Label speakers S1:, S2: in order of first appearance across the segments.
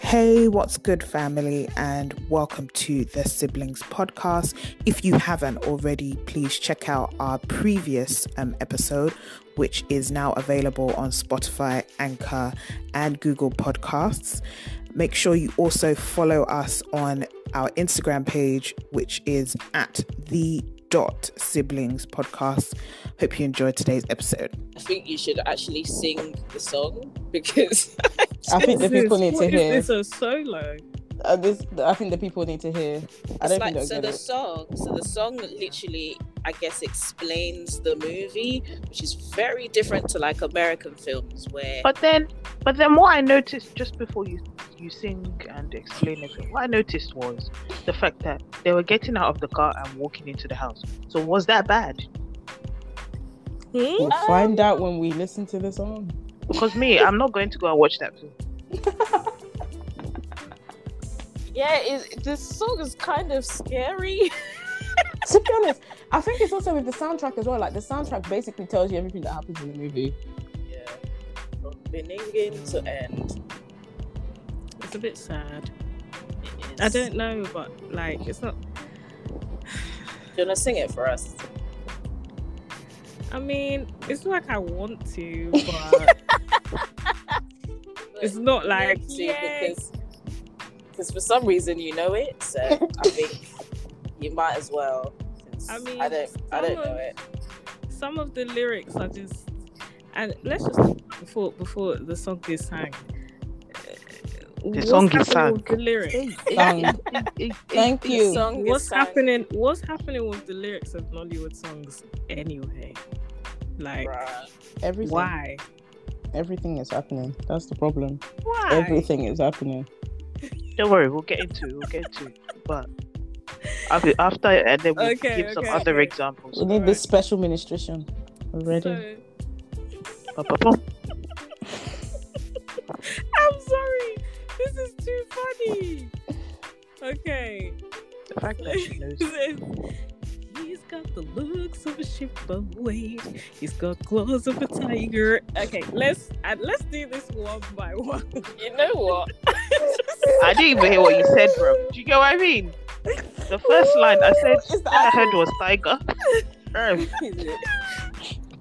S1: Hey, what's good, family, and welcome to the Siblings Podcast. If you haven't already, please check out our previous um, episode, which is now available on Spotify, Anchor, and Google Podcasts. Make sure you also follow us on our Instagram page, which is at the dot siblings podcast. Hope you enjoyed today's episode.
S2: I think you should actually sing the song because
S3: I think the
S4: This
S3: people
S4: is-
S3: need to
S4: what is
S3: hear.
S4: this a solo?
S3: Uh, this, I think the people need to hear. I
S2: it's
S3: don't
S2: like
S3: think
S2: so
S3: they'll
S2: the
S3: get it.
S2: song so the song literally I guess explains the movie, which is very different to like American films where
S5: But then, but then what I noticed just before you you sing and explain everything, what I noticed was the fact that they were getting out of the car and walking into the house. So was that bad?
S4: Hmm?
S3: We'll find out when we listen to the song.
S5: Because me, I'm not going to go and watch that film.
S2: yeah, it, this song is kind of scary.
S3: to be honest, I think it's also with the soundtrack as well. Like the soundtrack basically tells you everything that happens in the movie.
S2: Yeah, from beginning to end.
S4: It's a bit sad.
S2: it is-
S4: I don't know, but like, it's not.
S2: Do you want to sing it for us?
S4: I mean, it's not like I want to, but it's not like
S2: to
S4: yeah.
S2: because because for some reason you know it, so I think you might as well. since
S4: I mean,
S2: I don't, I don't
S4: some
S2: know
S4: of-
S2: it.
S4: Some of the lyrics are just, and let's just before before the song is sang. The
S5: song is sang.
S4: The lyrics.
S3: Song. Thank
S2: The
S3: you.
S2: song is
S4: What's
S2: sang-
S4: happening? What's happening with the lyrics of Nollywood songs anyway? Like,
S2: Bruh.
S3: Everything.
S4: why?
S3: Everything is happening. That's the problem.
S4: Why?
S3: Everything is happening.
S5: Don't worry, we'll get into it. We'll get into it. But after, after and then we'll
S4: Okay,
S5: give some
S4: okay,
S5: other
S4: okay.
S3: We
S5: examples.
S3: need this special ministration already.
S4: So-
S5: Ba-ba-bum.
S4: I'm sorry. This is too funny. Okay.
S5: The fact that she knows.
S4: He's got the looks of a ship of weight. He's got claws of a tiger. Okay, let's uh, let's do this one by one.
S2: You know what?
S5: I didn't even hear what you said, bro. Do you get what I mean? The first line I said,
S3: It's the
S5: I heard was tiger. Bro,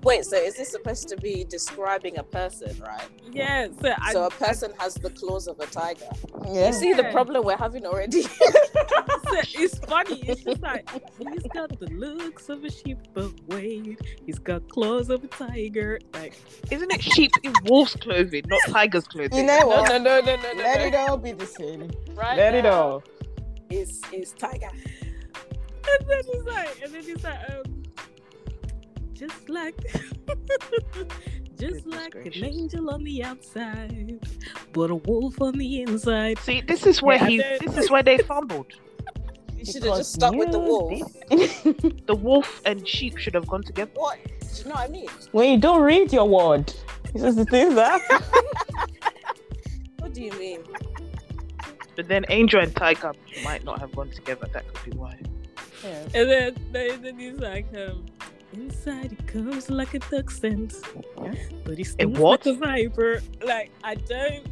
S2: Wait, so is this supposed to be describing a person, right?
S4: Yeah, so I
S2: so a person has the claws of a tiger.
S3: Yeah.
S2: You see the
S4: Yeah.
S2: problem we're having already.
S4: so it's funny. It's just like he's got the looks of a sheep of weight. He's got claws of a tiger. Like
S5: isn't it sheep in wolf's clothing, not tiger's clothing?
S3: You know what?
S2: no, no, no,
S3: Let it all be the same.
S2: Right
S3: Let it
S2: now,
S3: all.
S2: It's it's tiger.
S4: and then he's like, and then he's like, um, just like, just
S5: Goodness
S4: like
S5: gracious.
S4: an angel on the outside, but a wolf on the inside.
S5: See, this is where
S4: Yeah, I
S5: he.
S4: don't-
S5: This is where they fumbled.
S2: You should have
S3: Because
S2: just stuck with the
S3: you
S2: wolf.
S5: The wolf and sheep should have gone together.
S2: What? Do you know what I mean?
S3: When you don't read your word, it's just the things that happen.
S2: What do you mean?
S5: But then angel and tiger might not have gone together. That could be why.
S4: And then, then, then he's like, um, inside he comes like a duck scent, but he stinks
S5: what?
S4: like a viper. Like I don't.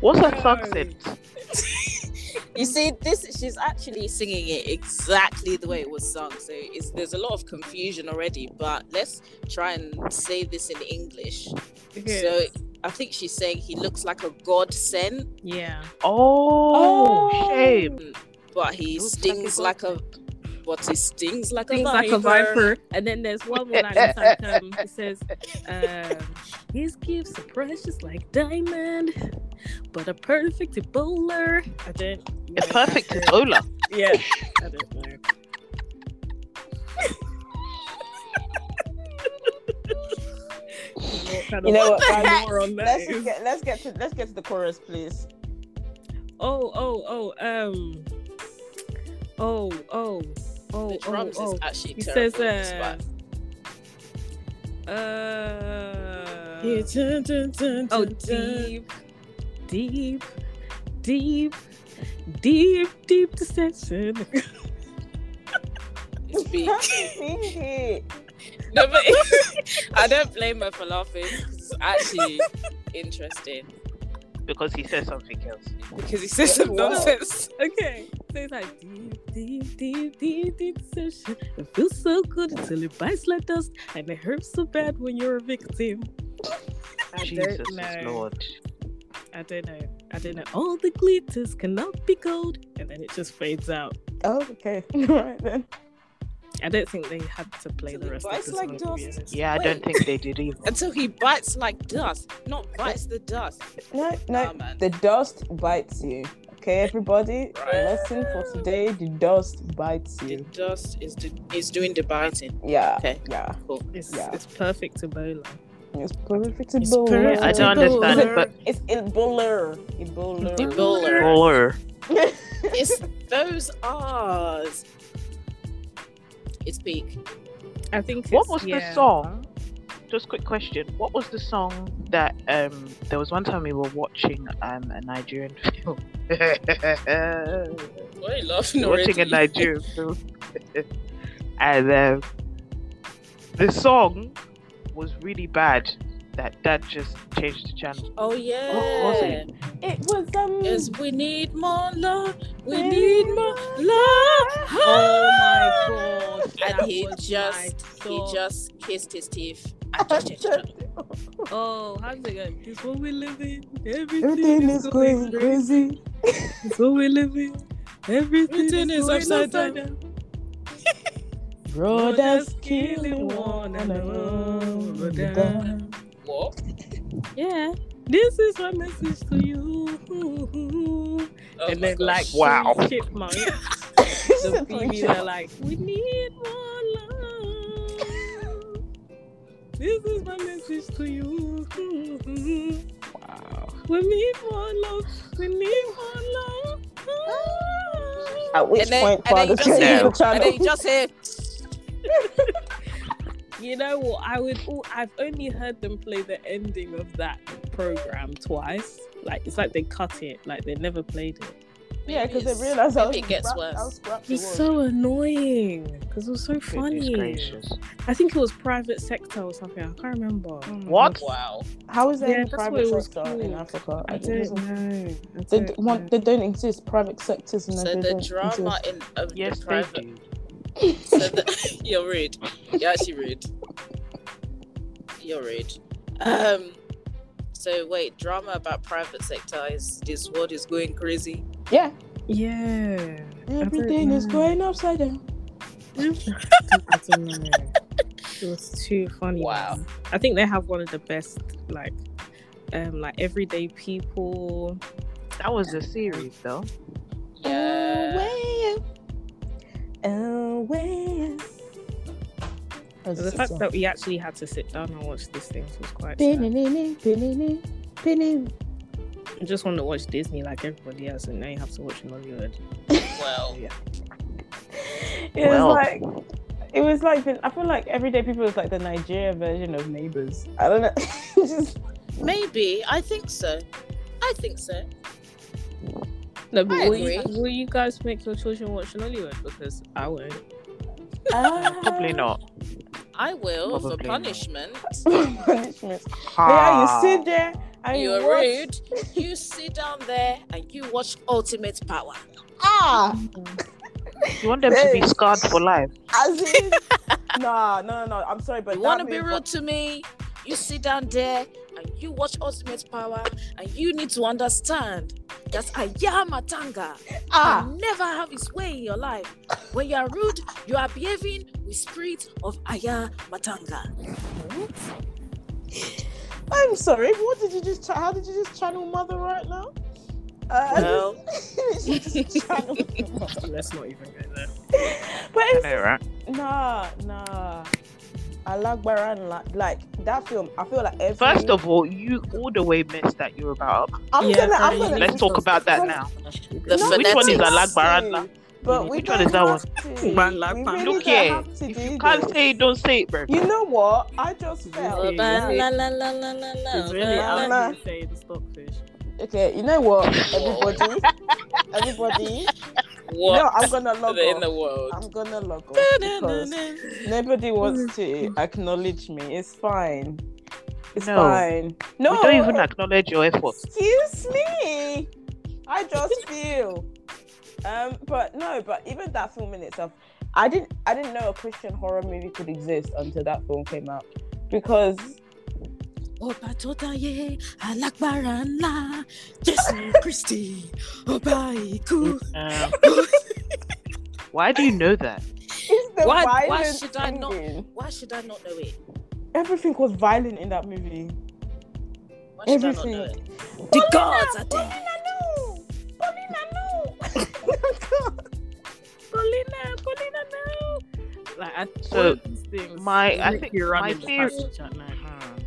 S5: What's a thug
S4: No.
S5: scent?
S2: You see, this she's actually singing it exactly the way it was sung. So it's, there's a lot of confusion already. But let's try and say this in English.
S4: Okay.
S2: So I think she's saying he looks like a god sent,
S4: yeah.
S5: Oh,
S3: Oh.
S5: shame.
S2: Um, but he
S5: Looks like a
S2: stings like a,
S5: god
S2: but he stings like
S4: Things
S2: a
S4: like a viper. And then there's one more line that's like, um, it says, um, his gifts are precious like diamond, but a perfect Ebola. I don't.
S5: A
S4: know.
S5: perfect Ebola.
S4: Yeah. I don't know. What kind
S3: You
S4: of
S3: know what, guys?
S4: lore on that
S3: Let's
S4: is?
S3: just get let's get to let's get to the chorus, please.
S4: Oh, oh, oh, um, oh, oh, oh,
S2: The drums
S4: oh, oh.
S2: is actually
S4: He
S2: terrible.
S4: says,
S2: in this
S4: uh,
S2: one.
S4: uh,
S2: oh,
S4: oh, deep, deep, deep, deep, deep deception.
S2: it's big.
S3: Sing
S2: No, but I don't blame her for laughing. 'cause It's actually interesting.
S5: because he said something else.
S2: because he says some
S3: Wow.
S2: nonsense.
S4: Okay, so it's like deep, deep, deep, deep, deep session. It feels so good until it bites like dust, and it hurts so bad when you're a victim. I
S5: Jesus
S4: don't
S5: is
S4: know.
S5: Lord.
S4: I don't know. I don't know. All the glitters cannot be gold, and then it just fades out.
S3: Oh, okay. Right then.
S4: I don't think they had to play
S2: Till
S4: the
S2: it
S4: rest of
S2: bites
S4: the
S2: like
S4: song. to be
S2: dust.
S4: honest.
S5: Yeah, I don't
S2: Wait.
S5: think they did either.
S2: Until he bites like dust, not bites the dust.
S3: No, no.
S2: Nah, man.
S3: The dust bites you. Okay, everybody. Lesson for today: the dust bites
S2: The
S3: you.
S2: dust is do- is doing the biting.
S3: Yeah.
S2: Okay.
S3: Yeah.
S4: It's,
S3: Yeah.
S4: it's perfect to Bola.
S3: It's perfect.
S4: It's perfect.
S5: I don't
S4: Bola.
S5: understand it, but
S3: It's Ebola. Ebola.
S2: The bowler.
S5: or
S2: It's those R's. It's peak.
S4: I think.
S5: what
S4: it's-
S5: was
S4: yeah.
S5: the song? Just quick question. What was the song that um there was one time we were watching um a Nigerian film.
S2: Why are you laughing
S5: watching a Nigerian film. and um, the song was really bad. That that just changed the channel.
S2: Oh yeah.
S5: was it?
S3: It was um.
S2: Yes, we need more love. We
S3: Yeah.
S2: need more love.
S4: Oh my god!
S2: And he just he just kissed his teeth. And just changed the channel.
S4: Oh, how's it going? It's what we live in. Everything,
S3: Everything is going crazy.
S4: It's what we live in. Everything,
S2: Everything is
S4: is, going
S2: upside
S4: upside down.
S3: Brothers killing one another.
S2: What?
S4: Yeah. This is my message to you.
S2: Oh
S4: and
S2: my
S4: then, like,
S2: gosh.
S5: Wow.
S4: some chipmunk,
S3: Oh
S4: the TV, they're like, we need more love. This is my message to you.
S3: Wow.
S4: We need more love. We need more love.
S3: At which
S2: And then-
S3: point,
S2: and then
S3: father
S2: you
S5: just
S3: changes the
S5: hear-
S2: And
S3: channel.
S2: then you just hear
S4: You know what? I would. al- I've only heard them play the ending of that program twice. Like it's like they cut it. Like they never played it.
S3: yeah, because
S2: Maybe
S3: they realize how
S2: maybe it gets
S3: scrap-
S2: worse.
S3: How scrapped
S4: It was
S3: it
S4: so annoying because it was so
S5: Goodness
S4: funny.
S5: gracious.
S4: I think it was private sector or something. I can't remember.
S3: Oh,
S5: What?
S2: Wow.
S3: How is there
S4: Yeah,
S3: any
S4: that's
S3: private
S4: what it was
S3: sector in
S4: called.
S3: Africa?
S4: I
S3: It doesn't-
S4: don't know. I
S3: They,
S4: don't
S3: d-
S4: know.
S3: want, they don't exist. Private sectors and
S2: So the drama in of
S5: Yes,
S2: the
S5: they
S2: private
S5: do.
S2: So the, you're rude. You're actually rude. You're rude. Um. So wait, drama about private sector is this world is going crazy.
S3: Yeah,
S4: Yeah.
S3: everything is
S4: know.
S3: going upside down.
S4: I don't know. It was too funny.
S2: Wow.
S4: man. I think they have one of the best like um like everyday people.
S5: That was a series though.
S2: Yeah.
S3: Oh, well. Oh, well. That's
S4: The
S3: the
S4: fact
S3: song.
S4: that we actually had to sit down and watch these things was quite sad.
S3: Pinini, pinini, pinini.
S4: I just want to watch Disney like everybody else and now you have to watch Hollywood.
S2: Well.
S3: It
S5: Well.
S3: was like it was like the, I feel like everyday people is like the Nigeria version of neighbors. I don't know. Just-
S2: Maybe. I think so. I think so.
S4: No, but
S2: I
S4: will you,
S2: agree.
S4: will you guys make your children watch Hollywood? Because I won't.
S5: Probably not.
S2: I will for
S5: Probably not.
S2: punishment.
S3: punishment.
S5: Ah.
S3: Yeah, you sit there and you
S2: You're
S3: watch-
S2: rude. You sit down there and you watch Ultimate Power.
S3: Ah,
S5: You want them to be
S3: Hey.
S5: scarred for life.
S3: as in, nah, no, no, no. I'm sorry, but
S2: you
S3: that
S2: want to be
S3: means-
S2: rude to me? You sit down there and you watch Ultimate Power, and you need to understand that I am a tanga.
S3: Ah,
S2: You never have his way in your life. When you are rude, you are behaving with spirit of Aya Matanga.
S3: I'm sorry. What did you just? Tra- how did you just channel mother right now? Uh,
S2: Well.
S3: she just channeled your mother.
S4: Let's not even go there.
S3: but
S5: I
S3: it's
S5: know, right?
S3: Nah, nah. I like Baran like, like that film. I feel like every
S5: First of all, you all the way missed that you're about.
S3: I'm
S4: Yeah,
S3: gonna, I'm
S4: Baran,
S3: gonna
S5: Let's talk about that now.
S2: The
S3: No,
S5: Which one is
S2: phonetics.
S5: Alag Baran?
S3: But we
S5: Which
S3: don't
S5: one is that
S3: have to.
S4: Baran like
S3: We
S4: Baran.
S3: really
S5: Look
S3: don't
S5: here.
S3: have to
S5: If
S3: do
S5: you can't
S3: this.
S5: say it, don't say it, bro.
S3: you know what? I just felt.
S4: Okay.
S2: La, la, la, la, la, la,
S4: It's really
S2: la,
S3: out
S2: la.
S4: I
S3: Mama.
S4: would say the stockfish.
S3: Okay, you know what? Everybody, everybody.
S2: What
S3: No, I'm gonna log
S2: in the
S3: off.
S2: world?
S3: I'm gonna log off because nobody wants to acknowledge me. It's fine. It's
S5: No.
S3: fine. No,
S5: We don't even acknowledge your efforts.
S3: excuse me. I just feel. Um, but no, but even that film in itself, I didn't, I didn't know a Christian horror movie could exist until that film came out, because
S4: Oba Totaye, Alakbar Allah, Jesu Christi, Oba Iku.
S5: Um, why do you know that?
S3: it's the
S2: Why- why
S3: violent
S2: should I not-
S3: singing.
S2: Why should I not know it?
S3: Everything was violent in that movie.
S2: Why should I not know
S3: Everything.
S2: it?
S4: The gods are dead.
S3: Paulina, no! Paulina, no!
S4: Paulina, Paulina, no. Like, I,
S5: So,
S4: all of these things,
S5: my- I
S4: make
S5: think
S4: you run
S5: my
S4: in the
S5: theory-
S4: passage at night.
S5: Hmm.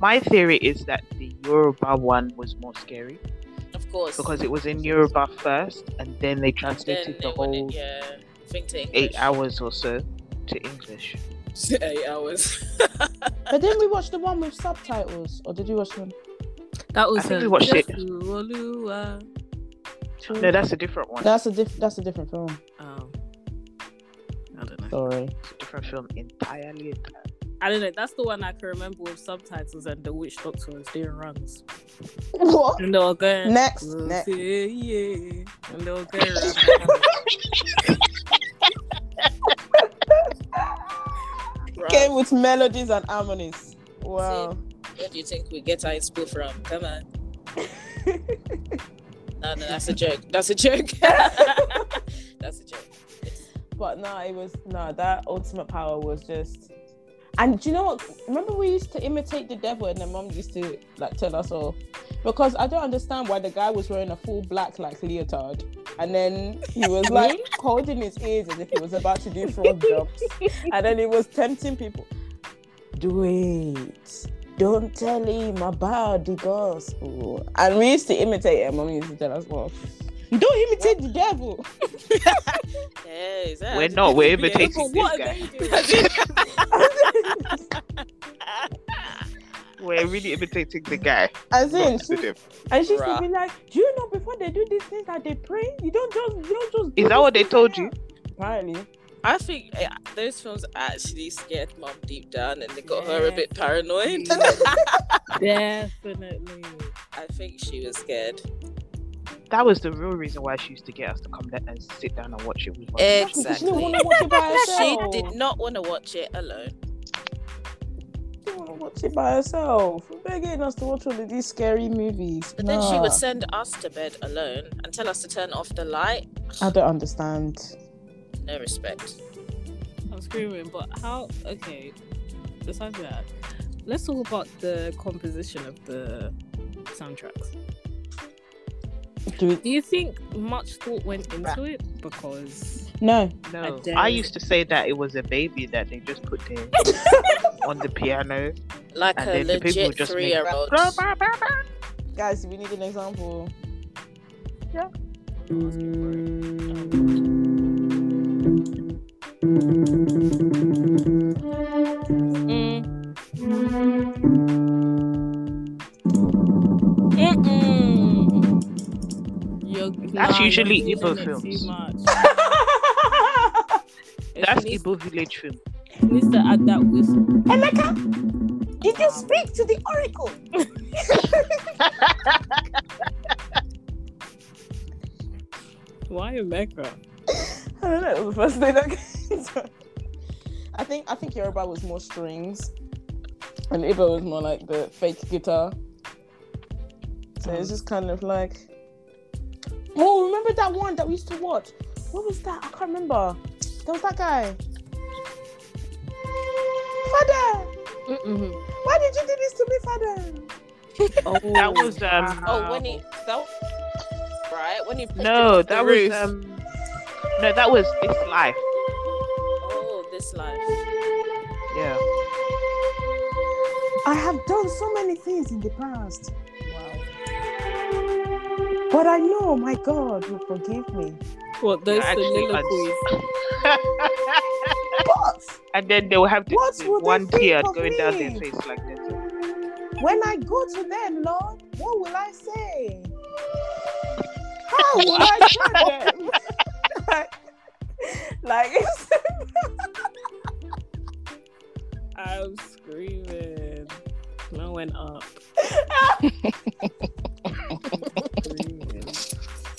S5: My theory is that the Yoruba one was more scary
S2: Of course.
S5: because it was in Yoruba first, and then they translated
S2: then
S5: the
S2: they
S5: whole
S2: wanted, yeah, think to
S5: eight
S2: English.
S5: hours or so to English.
S2: eight hours.
S3: but then we watched the one with subtitles, or did you watch one?
S4: That was
S5: I think
S4: a
S5: we watched it.
S4: Jesu Olúwa.
S5: No, that's a different one.
S3: That's a diff- that's a different film.
S4: Oh. I don't know.
S3: Sorry.
S5: It's a different film entirely. entirely.
S4: I don't know. That's the one I can remember with subtitles and the witch doctor was doing runs.
S3: What?
S4: And they were going.
S3: Next,
S4: "Oh,
S3: next.
S4: yeah, yeah." And they were going. round.
S2: Right.
S3: Came with melodies and harmonies. Wow.
S2: Where do you think we get our inspo from? Come on. No, no, that's a joke. That's a joke. that's a joke.
S3: But no, it was no. That ultimate power was just. And do you know what? Remember we used to imitate the devil, and then mom used to like tell us off because I don't understand why the guy was wearing a full black like leotard, and then he was like holding his ears as if he was about to do frog jumps, and then he was tempting people. Do it. Don't tell him about the gospel. And we used to imitate him. Mom used to tell us, "Well, don't imitate the devil."
S2: Hey, is that
S5: We're not. We're imitating
S4: But
S5: this
S4: what are
S5: guy.
S4: they doing?
S5: We're really imitating the guy.
S3: As in,
S5: not
S3: she,
S5: the devil.
S3: and she used
S2: Bruh.
S3: to be like, "Do you know before they do these things that they pray? You don't just, you don't just." do
S5: Is that
S3: these
S5: what they
S3: things
S5: told
S3: like
S5: you?
S3: that." Apparently,
S2: I think eh, those films actually scared mom deep down and they got her a bit paranoid.
S4: Definitely.
S2: I think she was scared.
S5: That was the real reason why she used to get us to come down and sit down and watch it. With us.
S3: Because she
S2: Exactly.
S3: didn't want to watch it by
S2: She
S3: herself.
S2: did not want to watch it alone.
S3: She didn't want to watch it by herself. Begging us to watch all of these scary movies.
S2: But then she
S3: Nah,
S2: would send us to bed alone and tell us to turn off the light.
S3: I don't understand.
S2: No respect.
S4: I'm screaming, but how? Okay. Besides that, let's talk about the composition of the soundtracks.
S3: Do we-
S4: Do you think much thought went into it? Because
S3: No.
S5: No,
S4: dare
S5: I
S4: you.
S5: used to say that it was a baby that they just put there on the piano,
S2: Like
S5: and
S2: a
S5: then the people
S2: legit
S5: would just
S2: three
S5: make.
S2: year old.
S3: Guys, we need an example.
S4: I'm asking for it. Um, Mm. Mm-mm. You're-
S5: That's
S4: you're
S5: usually
S4: using
S5: Igbo
S4: it
S5: films.
S4: Too much. It
S5: That's
S4: needs,
S5: Igbo village film.
S3: Oh,
S4: needs to add that whistle.
S3: Eleka, did you speak to the oracle?
S4: Why America?
S3: I don't know. It was the first thing that came. to- I think I think Yoruba was more strings, and Igbo was more like the fake guitar. So it's just kind of like. Oh, remember that one that we used to watch? What was that? I can't remember. There was that guy. Father,
S4: Mm-mm.
S3: why did you do this to me, Father?
S4: Oh,
S5: That was um.
S2: Oh, when he that right when he pushed him
S5: No,
S2: off
S5: that
S2: the
S5: was
S2: roof.
S5: um. No, that was it's life.
S2: oh this life.
S5: Yeah.
S3: I have done so many things in the past. Wow. But I know my God will forgive me.
S4: what those
S5: Yeah, actually, I-
S4: soliloquies.
S3: But
S5: and then they will have this
S3: What would they
S5: one
S3: think
S5: tear
S3: of
S5: going down their
S3: me?
S5: face like this.
S3: When I go to them, Lord, what will I say? How will I judge them? like, like it's,
S4: I'm screaming. went up.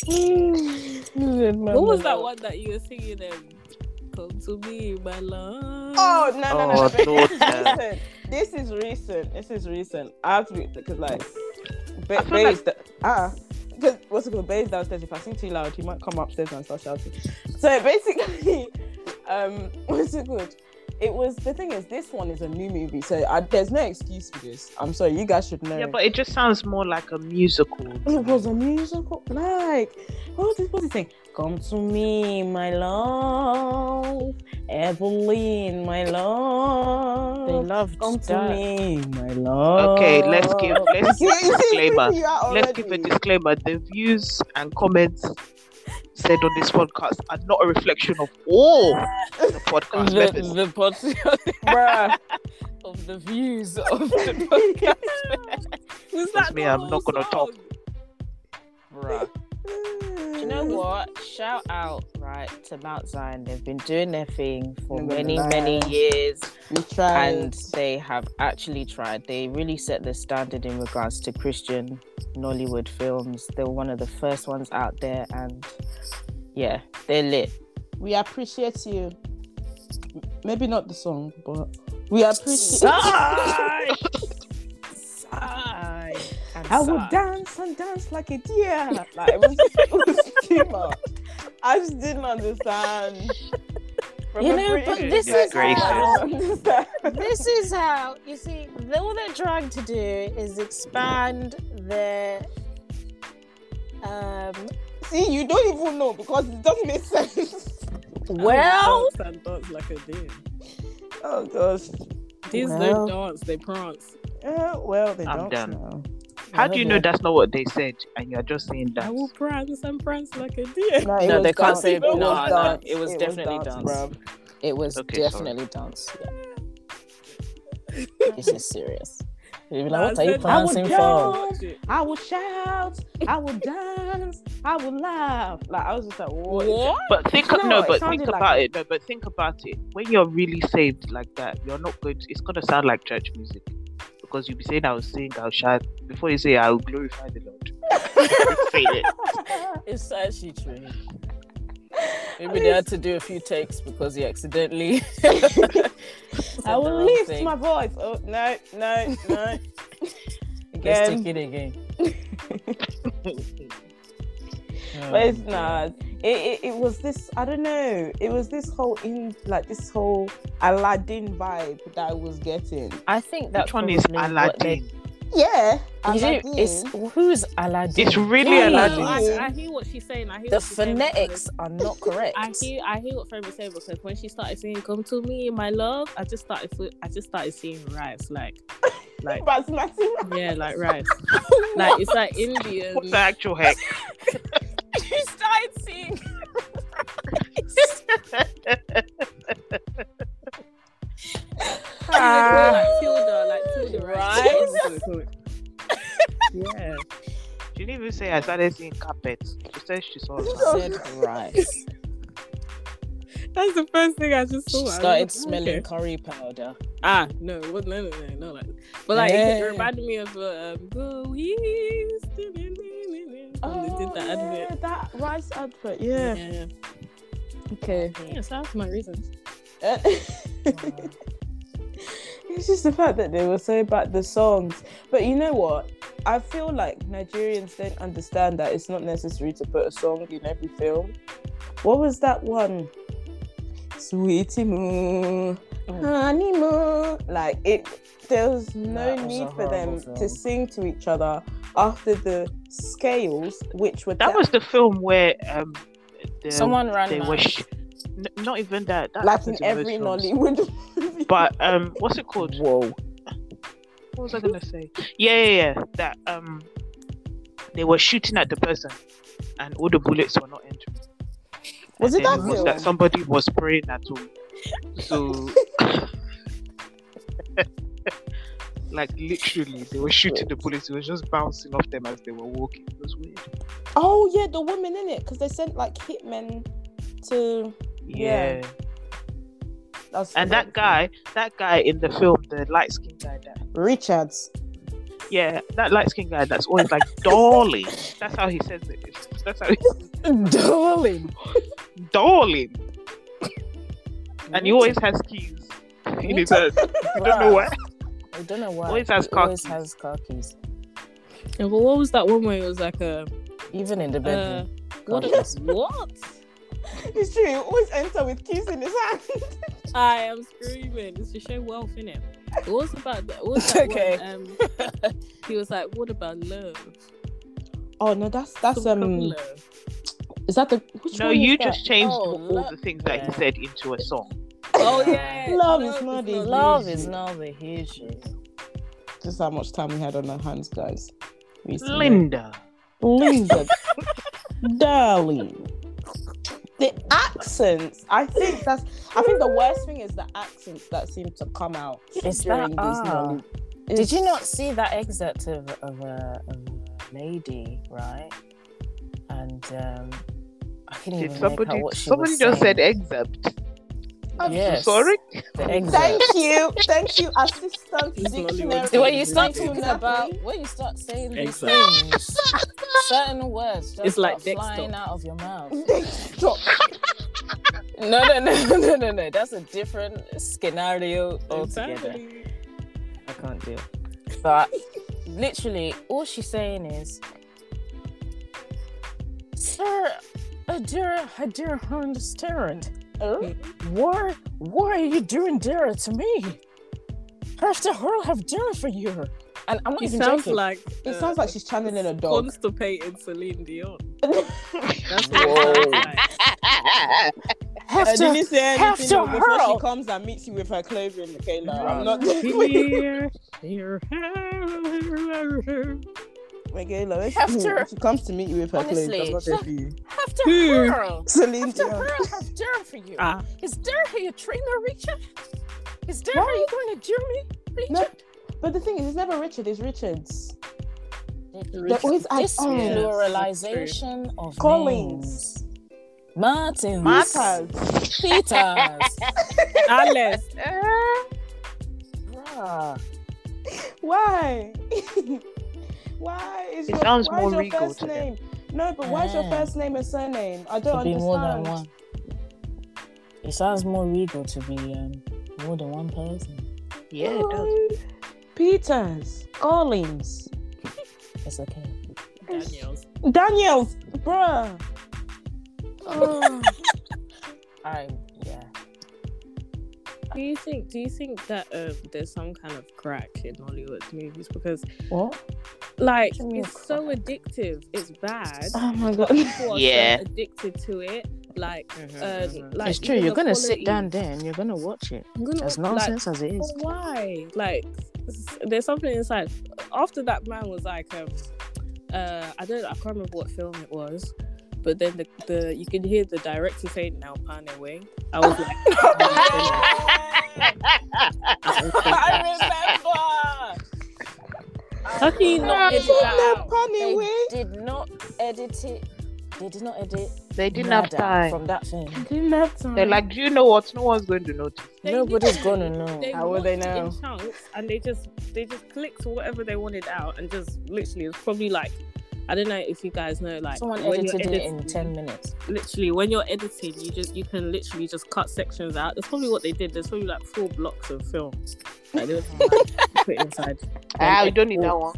S3: Mm,
S4: What was that one that you were singing? Um, Come to me, my love.
S3: Oh no no no!
S6: Oh,
S3: no.
S6: no,
S3: this, is
S6: yeah.
S3: recent. this is recent. This is recent. I have to be because like,
S5: I
S3: ba-
S5: feel
S3: Baze, da- ah, because what's it called? Baze downstairs. If I sing too loud, he might come upstairs and start shouting. So basically, um, what's it called? It was the thing is this one is a new movie, so I, there's no excuse for this. I'm sorry, you guys should know.
S5: Yeah, but it just sounds more like a musical.
S3: It was a musical, like, what was this? What's this thing? Come to me, my love, Evelyn, my love.
S4: love
S3: Come to me, my love.
S5: Okay, let's give let's give a disclaimer.
S3: You are
S5: Let's give a
S3: already-
S5: disclaimer. The views and comments said on this podcast are not a reflection of all the podcast members.
S6: the podcast
S3: Bruh.
S6: of the views of
S4: Was
S5: That's
S4: that
S5: me,
S4: the
S5: I'm
S4: whole
S5: not gonna talk.
S4: song?
S6: Bruh. Do you know what? Shout out, right, to Mount Zion. They've been doing their thing for
S3: Not gonna
S6: many,
S3: lie.
S6: many years,
S3: We tried.
S6: and they have actually tried. They really set the standard in regards to Christian Nollywood films. They were one of the first ones out there, and yeah, they're lit.
S3: we appreciate you. Maybe not the song, but we appreciate.
S6: Sigh! Sigh! And
S3: I will
S6: sigh.
S3: dance and dance like a deer. Like it was, it was too much. I just didn't understand. From
S6: You
S3: a
S6: know, but
S3: British
S6: this
S5: Yeah,
S6: is
S3: person, I
S5: gracious.
S6: how,
S3: don't understand.
S6: this is how you see all they're trying to do is expand their um
S3: See, you don't even know because it doesn't make sense.
S5: Oh,
S6: well
S4: Dance and dance like a deer.
S3: Oh gosh.
S4: These
S3: Well.
S4: don't dance, they prance.
S3: Uh, well, they
S5: I'm
S3: don't
S5: done.
S3: know.
S5: How do you know that's not what they said and you're just saying that?
S4: I will prance and prance like a deer.
S3: it
S6: No,
S3: was
S6: they can't
S3: dance.
S6: say-
S3: It was
S6: no, no,
S3: dance.
S6: it was definitely dance.
S3: bruv.
S6: it was
S5: Okay,
S6: definitely dance this is serious You'd be
S4: Nah,
S6: like, what are
S4: I
S6: you
S4: said that
S3: was
S6: prancing
S3: dumb.
S6: for
S4: Watch it.
S3: I will shout. I will dance. I will laugh. Like I was just like, what? is
S4: What?
S5: But think
S3: You know
S5: no,
S3: what, it
S5: but
S3: sounded
S5: think
S3: like
S5: about it. No, but think about it. When you're really saved like that, you're not going to. It's gonna sound like church music because you'll be saying, "I'll sing, I'll shout." Before you say, "I'll glorify the Lord," say it.
S6: it's actually true maybe they had to do a few takes because he accidentally
S3: I will lift my voice. Oh no, no, no.
S6: let's
S3: Again,
S6: take it again
S3: but it's not. It, it, it was this. I don't know. It was this whole in like this whole Aladdin vibe that I was getting.
S6: I think that's
S5: Which one is
S6: probably what they-
S5: Aladdin?
S3: Yeah,
S6: Is it-
S3: Aladdin.
S6: it's- who's Aladdin?
S5: It's really
S4: Yeah,
S5: Aladdin.
S4: no, I, I hear what she's saying. I hear
S6: the
S4: what she's saying
S6: phonetics are not correct.
S4: I hear, I hear what Fred was saying because when she started singing "Come to Me, My Love," I just started, fe- I just started seeing rice, like, like,
S3: Basmati
S4: yeah, like rice, like it's like Indian.
S5: What the actual heck?
S6: you started seeing.
S4: like Tilda, like Tilda rice. yeah,
S5: She didn't even say I started seeing carpets. She said she saw.
S3: No.
S5: carpets.
S6: said rice.
S4: that's the first thing I just saw.
S6: She
S4: I was
S6: started
S4: like,
S6: smelling
S4: okay.
S6: curry powder.
S4: Ah, no, what, no, no, no, no, like, but like
S6: Yeah.
S4: it reminded me of uh, um, go east. Oh, they did that advert.
S3: yeah, that rice advert. Yeah.
S4: yeah.
S3: Okay.
S4: Yeah, so that's my reasons.
S3: Uh, it's just the fact that they were so bad the songs but you know what i feel like nigerians don't understand that it's not necessary to put a song in every film what was that one sweetie moo
S4: Oh.
S3: honey moo like it there was no
S6: Mm. That was a
S3: need for them
S6: horrible film.
S3: to sing to each other after the scales which were
S5: That
S3: down-
S5: was the film where um, the,
S6: Someone ran
S5: they
S6: mad.
S5: were sh- n- not even that. that
S3: like in
S5: happens those
S3: every
S5: films.
S3: nollywood movie
S5: But um, what's it called?
S6: Whoa!
S5: What was I gonna say? Yeah, yeah, yeah. That um, they were shooting at the person, and all the bullets were not entering.
S3: was it
S5: And
S3: that
S5: it was
S3: film?
S5: that somebody was praying at all. So, like literally, they were shooting the bullets. It was just bouncing off them as they were walking. It was weird.
S3: Oh yeah, the woman in it because they sent like hitmen to. Yeah.
S5: Yeah.
S3: That's
S5: And that guy, that guy in the film, the light skinned guy, that
S3: Richards.
S5: Yeah, that light skinned guy that's always like, darling. That's how he says it. It's- That's how he says
S7: darling.
S5: it. Darling. And he always has keys in his hand. You don't know why.
S7: I don't know why.
S5: Always has
S7: He always
S5: khakis.
S7: has khakis.
S4: Yeah, but what was that one where it was like a
S7: Even in the
S4: uh,
S7: bedroom.
S4: what?
S7: khakis.
S4: what?
S3: It's true. He always enter with keys in his hand.
S4: I am screaming. It's to show wealth in it. What was about? That, what was that
S7: Okay.
S4: One? Um, he was like, "What about love?
S3: Oh no, that's that's
S4: Some couple
S3: um.
S4: love.
S3: Is that the which
S5: No,
S3: one
S5: you
S3: is that?
S5: just changed
S7: Oh,
S5: all
S7: lo-
S5: the things that he
S7: yeah.
S5: said into a song.
S4: Oh yeah,
S3: Love is not a
S7: Love is not the issue.
S3: just how much time we had on our hands, guys. Recently.
S5: Linda.
S3: Linda, darling. The accents. I think that's. I think the worst thing is the accents that seem to come out
S7: It's
S3: during
S7: that
S3: these.
S7: ah.
S3: Nolly-
S7: Did you
S3: It's-
S7: not see that excerpt of, of, a, of a lady, right? And um, I can
S5: Did
S7: even make out
S5: somebody
S7: what she
S5: somebody
S7: was
S5: just
S7: saying.
S5: said excerpt. I'm so
S7: Yes.
S5: sorry.
S7: The excerpt.
S3: Thank you, thank you, assistant
S8: It's Nollywood.
S3: dictionary.
S8: The
S7: When you start
S3: Thank you,
S7: talking
S3: Natalie.
S7: about when you start saying these
S4: Excerpt.
S7: things, certain words just
S4: It's like
S7: start flying
S4: Dexter.
S7: out of your mouth.
S3: Stop.
S7: No, no, no, no, no, no. That's a different scenario altogether. I can't do it. But literally, all she's saying is, Sir, Adira, Adira, I understand.
S4: Oh?
S7: Uh, why, why are you doing Dara to me? After her, have Dara for you. And I'm not
S4: It
S7: even
S4: sounds
S7: joking.
S4: like
S3: It
S4: uh,
S3: sounds like she's channeling a dog.
S4: constipated Celine Dion. That's what
S7: Whoa.
S4: it sounds like.
S3: I
S7: After,
S3: didn't Uh, say
S7: have
S3: anything
S7: to
S3: though, before
S7: hurl.
S3: she comes and meets you with her clothing, Michaela. I'm
S7: Um,
S3: not
S4: Here, here.
S3: Michaela, when she,
S7: After-
S3: when she comes to meet you with her clothes, I'm
S7: Honestly,
S3: not
S7: shut-
S3: there for you.
S7: after
S4: Hmm.
S7: her,
S3: Celine
S7: after
S3: Dion.
S7: her, have Dara for you.
S4: Ah,
S7: Is Dara how you train her, Richard? Is Dara how you going to do me, Richard?
S3: No, but the thing is, it's never Richard, it's Richards. They
S8: Richard.
S3: always add
S7: This
S3: on.
S4: Yes,
S7: pluralization of
S3: Collins.
S7: Collins, Martins,
S3: Matters.
S7: Peters,
S4: Alice.
S7: Bruh.
S3: Why? why is
S5: It
S3: your,
S5: sounds
S3: why is
S5: more
S3: your
S5: regal
S3: first
S5: to them.
S3: name? No, but why is your
S7: Yeah.
S3: first name and surname? I don't
S7: Could be
S3: understand.
S7: more than one. It sounds more regal to be um, more than one person.
S5: Yeah, it does.
S3: Peters, Collins,
S7: It's okay.
S4: Daniels.
S3: Daniels, bruh. Oh.
S7: I yeah.
S4: Do you think? Do you think that um, there's some kind of crack in Hollywood movies? Because
S7: What?
S4: like
S7: Give me a
S4: it's so addictive. It's bad.
S3: oh my god.
S4: But people are
S5: Yeah.
S4: so addicted to it. Like,
S7: Mm-hmm,
S4: um, like
S7: it's true.
S4: even
S7: You're
S4: the
S7: gonna sit
S4: quality-
S7: down there and you're gonna watch it.
S4: I'm gonna
S7: As
S4: watch- like,
S7: nonsense as it is.
S4: But why? Like, s- there's something inside. After that man was like, um, uh, I don't, I can't remember what film it was, but then the, the you could hear the director saying "Now pan away." I was like, "Oh
S7: I remember.
S4: how can you not edit that out?
S3: Funny
S7: They
S3: way.
S7: did not edit it. They did not edit.
S5: They didn't have
S7: nada
S5: time.
S7: from that film.
S3: Didn't have time.
S5: They're like, do you know what? No one's going to notice.
S4: They
S7: Nobody's
S4: literally-
S7: gonna know.
S4: They
S3: How would they
S4: watched it
S3: know?
S4: In chunks, and they just they just clicked whatever they wanted out, and just literally it's probably like. I don't know if you guys know, like
S7: Someone
S4: when you're
S7: edited it in
S4: editing-
S7: ten minutes.
S4: literally when you're editing you just you can literally just cut sections out that's probably what they did there's probably like four blocks of film that they would, like, put inside
S5: Ah, we don't need that one.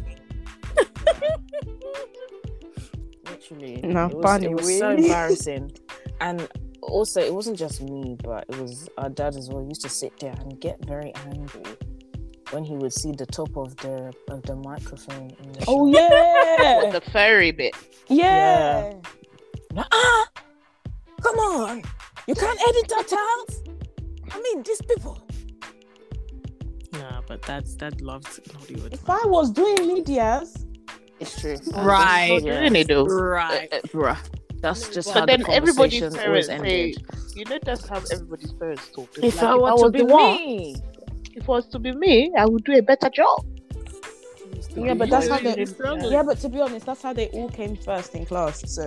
S7: Literally,
S3: No,
S7: it was,
S3: funny
S7: it was so
S3: way.
S7: embarrassing. And also, it wasn't just me, but it was our dad as well. He used to sit there and get very angry when he would see the top of the of the microphone in the
S3: oh
S7: show.
S5: With
S3: yeah,
S5: the furry bit.
S3: yeah.
S7: Like, ah, come on, you can't edit that out. I mean, these people.
S4: nah but dad's dad loves hollywood
S3: If I was doing medias,
S7: It's true.
S4: Right.
S5: Not doing it though.
S4: right
S7: Uh, uh, bruh. That's just
S4: But
S7: how
S5: But then
S7: the
S5: everybody's
S7: conversations
S5: parents
S7: always
S5: say,
S7: ended.
S5: you know, that's how everybody's parents talk. It's
S7: If
S5: like,
S7: I were to be
S5: the
S7: me,
S5: if it was to be me, I would do a better job.
S3: Yeah, but that's how they-
S4: struggle.
S3: yeah. But to be honest, that's how they all came first in class. So
S5: how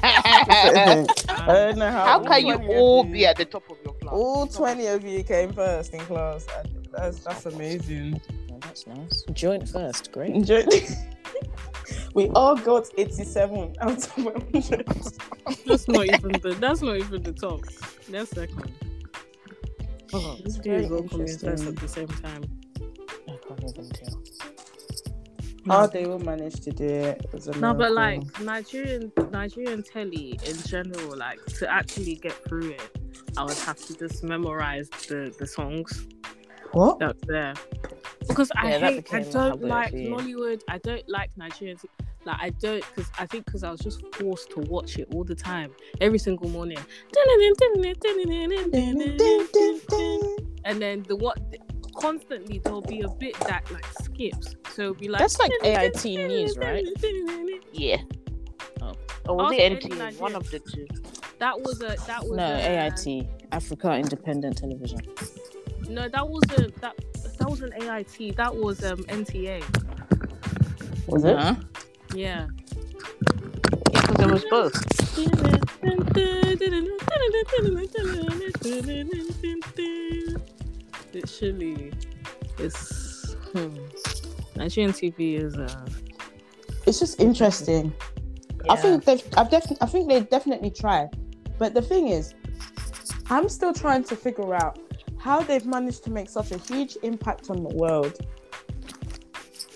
S4: Um,
S3: know
S5: can you all be at the top of your class?
S3: All twenty of you came first in class. I- That's that's amazing.
S7: Oh, That's nice. Joint first, great.
S3: Enjoy. we all got 87 out of 100.
S4: That's not even the. That's not even the top. That's second.
S5: Oh,
S4: This dude is all coming first at the same time.
S7: I can't even tell.
S3: How they will manage to do it is a
S4: No, but
S3: miracle.
S4: like Nigerian Nigerian telly in general, like to actually get through it, I would have to just memorize the the songs.
S3: what?
S4: that's there. Because I
S7: Yeah, that
S4: hate, I
S7: became a
S4: don't
S7: habit,
S4: like
S7: yeah.
S4: Nollywood. I don't like Nigerian. t- Like I don't, because I think because I was just forced to watch it all the time, every single morning. And then the what constantly there'll be a bit that like skips, so it'll be like
S7: That's like AIT news, right? Yeah. Oh, or was
S4: Ask
S7: it
S4: any
S7: NTA?
S4: Nigerian.
S7: One of the two.
S4: That was a that was
S7: No,
S4: a-
S7: AIT, Africa Independent Television.
S4: No, that wasn't that that wasn't AIT. That was um NTA.
S7: Was
S3: it?
S7: Huh?
S4: Yeah.
S5: Because there was both.
S4: Literally, it's hmm. Nigerian TV is uh,
S3: It's just interesting. I think they've, I've definitely, I think they definitely try, but the thing is, I'm still trying to figure out how they've managed to make such a huge impact on the world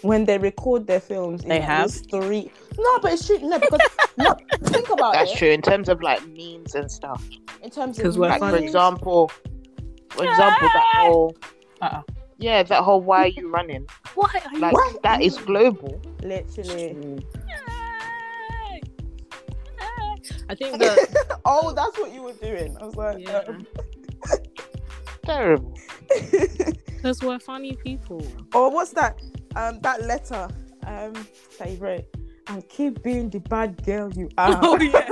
S3: when they record their films. in
S7: They
S3: at
S7: have?
S3: least three. No, but it's true. No, because no, think about
S5: That's
S3: it.
S5: true in terms of like memes and stuff.
S3: In terms of
S4: 'Cause we're
S5: Like for
S4: funny.
S3: memes,
S5: example, for example, that whole
S7: Uh-uh.
S5: yeah, that whole why are you running?
S4: why are you
S5: Like
S3: Why-
S5: that is global.
S3: literally.
S4: I think the
S3: oh, that's what you were doing. I was like,
S4: yeah,
S3: um,
S5: Terrible.
S4: because we're funny people.
S3: or what's that? Um, that letter. Um, that you wrote. And keep being the bad girl you are.
S4: yeah,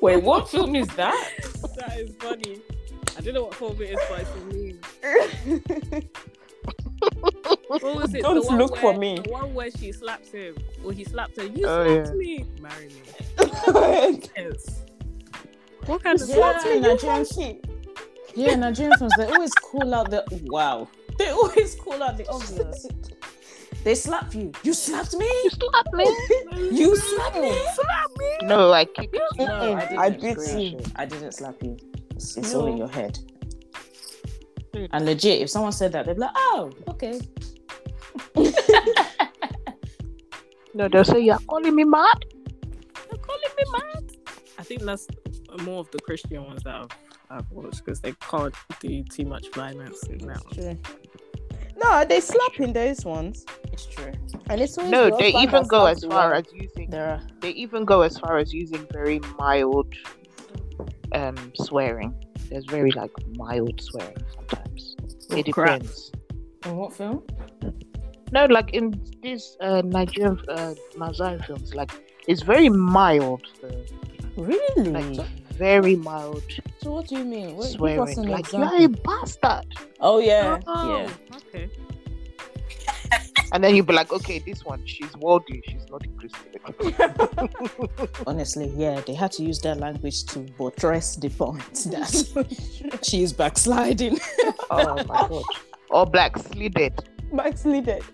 S7: Wait, what film is that?
S4: that is funny. I don't know what form it is, but it's a meme. What was it?
S3: Don't
S4: the one
S3: look
S4: where,
S3: for me.
S4: The one where she slaps him, or he slapped her. You
S5: Oh,
S4: slapped
S5: yeah.
S4: me. Marry me.
S3: What
S4: Yes. What kind of
S7: Yeah.
S3: me, you monkey?
S7: Yeah, Nigerian films. They always call out the wow. They always call out the obvious. They slap you. You slapped me. You slapped me. you slapped me.
S5: No, I keep
S7: No, I, didn't
S3: I beat
S7: Screenshot.
S3: you.
S7: I didn't slap you. It's, it's all in your head. And legit, if someone said that, they'd be like, "Oh, okay."
S5: No, they'll say you're calling me mad.
S4: You're calling me mad. I think that's more of the Christian ones that I've, I've watched because they can't do too much violence in that. one.
S3: No, they slap in those ones,
S7: It's true.
S3: and it's always
S5: No,
S3: girls
S5: they
S3: find
S5: even
S3: that
S5: go
S3: slap
S5: as
S3: to
S5: far
S3: wear.
S5: as using.
S7: There are.
S5: They even go as far as using very mild um swearing. There's very like mild swearing sometimes. it
S4: Oh, crap.
S5: depends.
S7: In what film?
S5: No, like in these uh, Nigerian uh, Nigerian films, like it's very mild. The,
S7: Really?
S5: like very mild
S7: so what do you mean? What, give us
S5: swearing.
S7: an
S5: Like
S7: example.
S5: you're a bastard,
S3: Oh yeah,
S4: Oh, Okay.
S5: and then you'll be like, okay, this one, she's worldly, she's not a Christian.
S7: Honestly, yeah, they had to use their language to buttress the point that she's backsliding.
S5: oh my god. Or black slid
S3: backslided.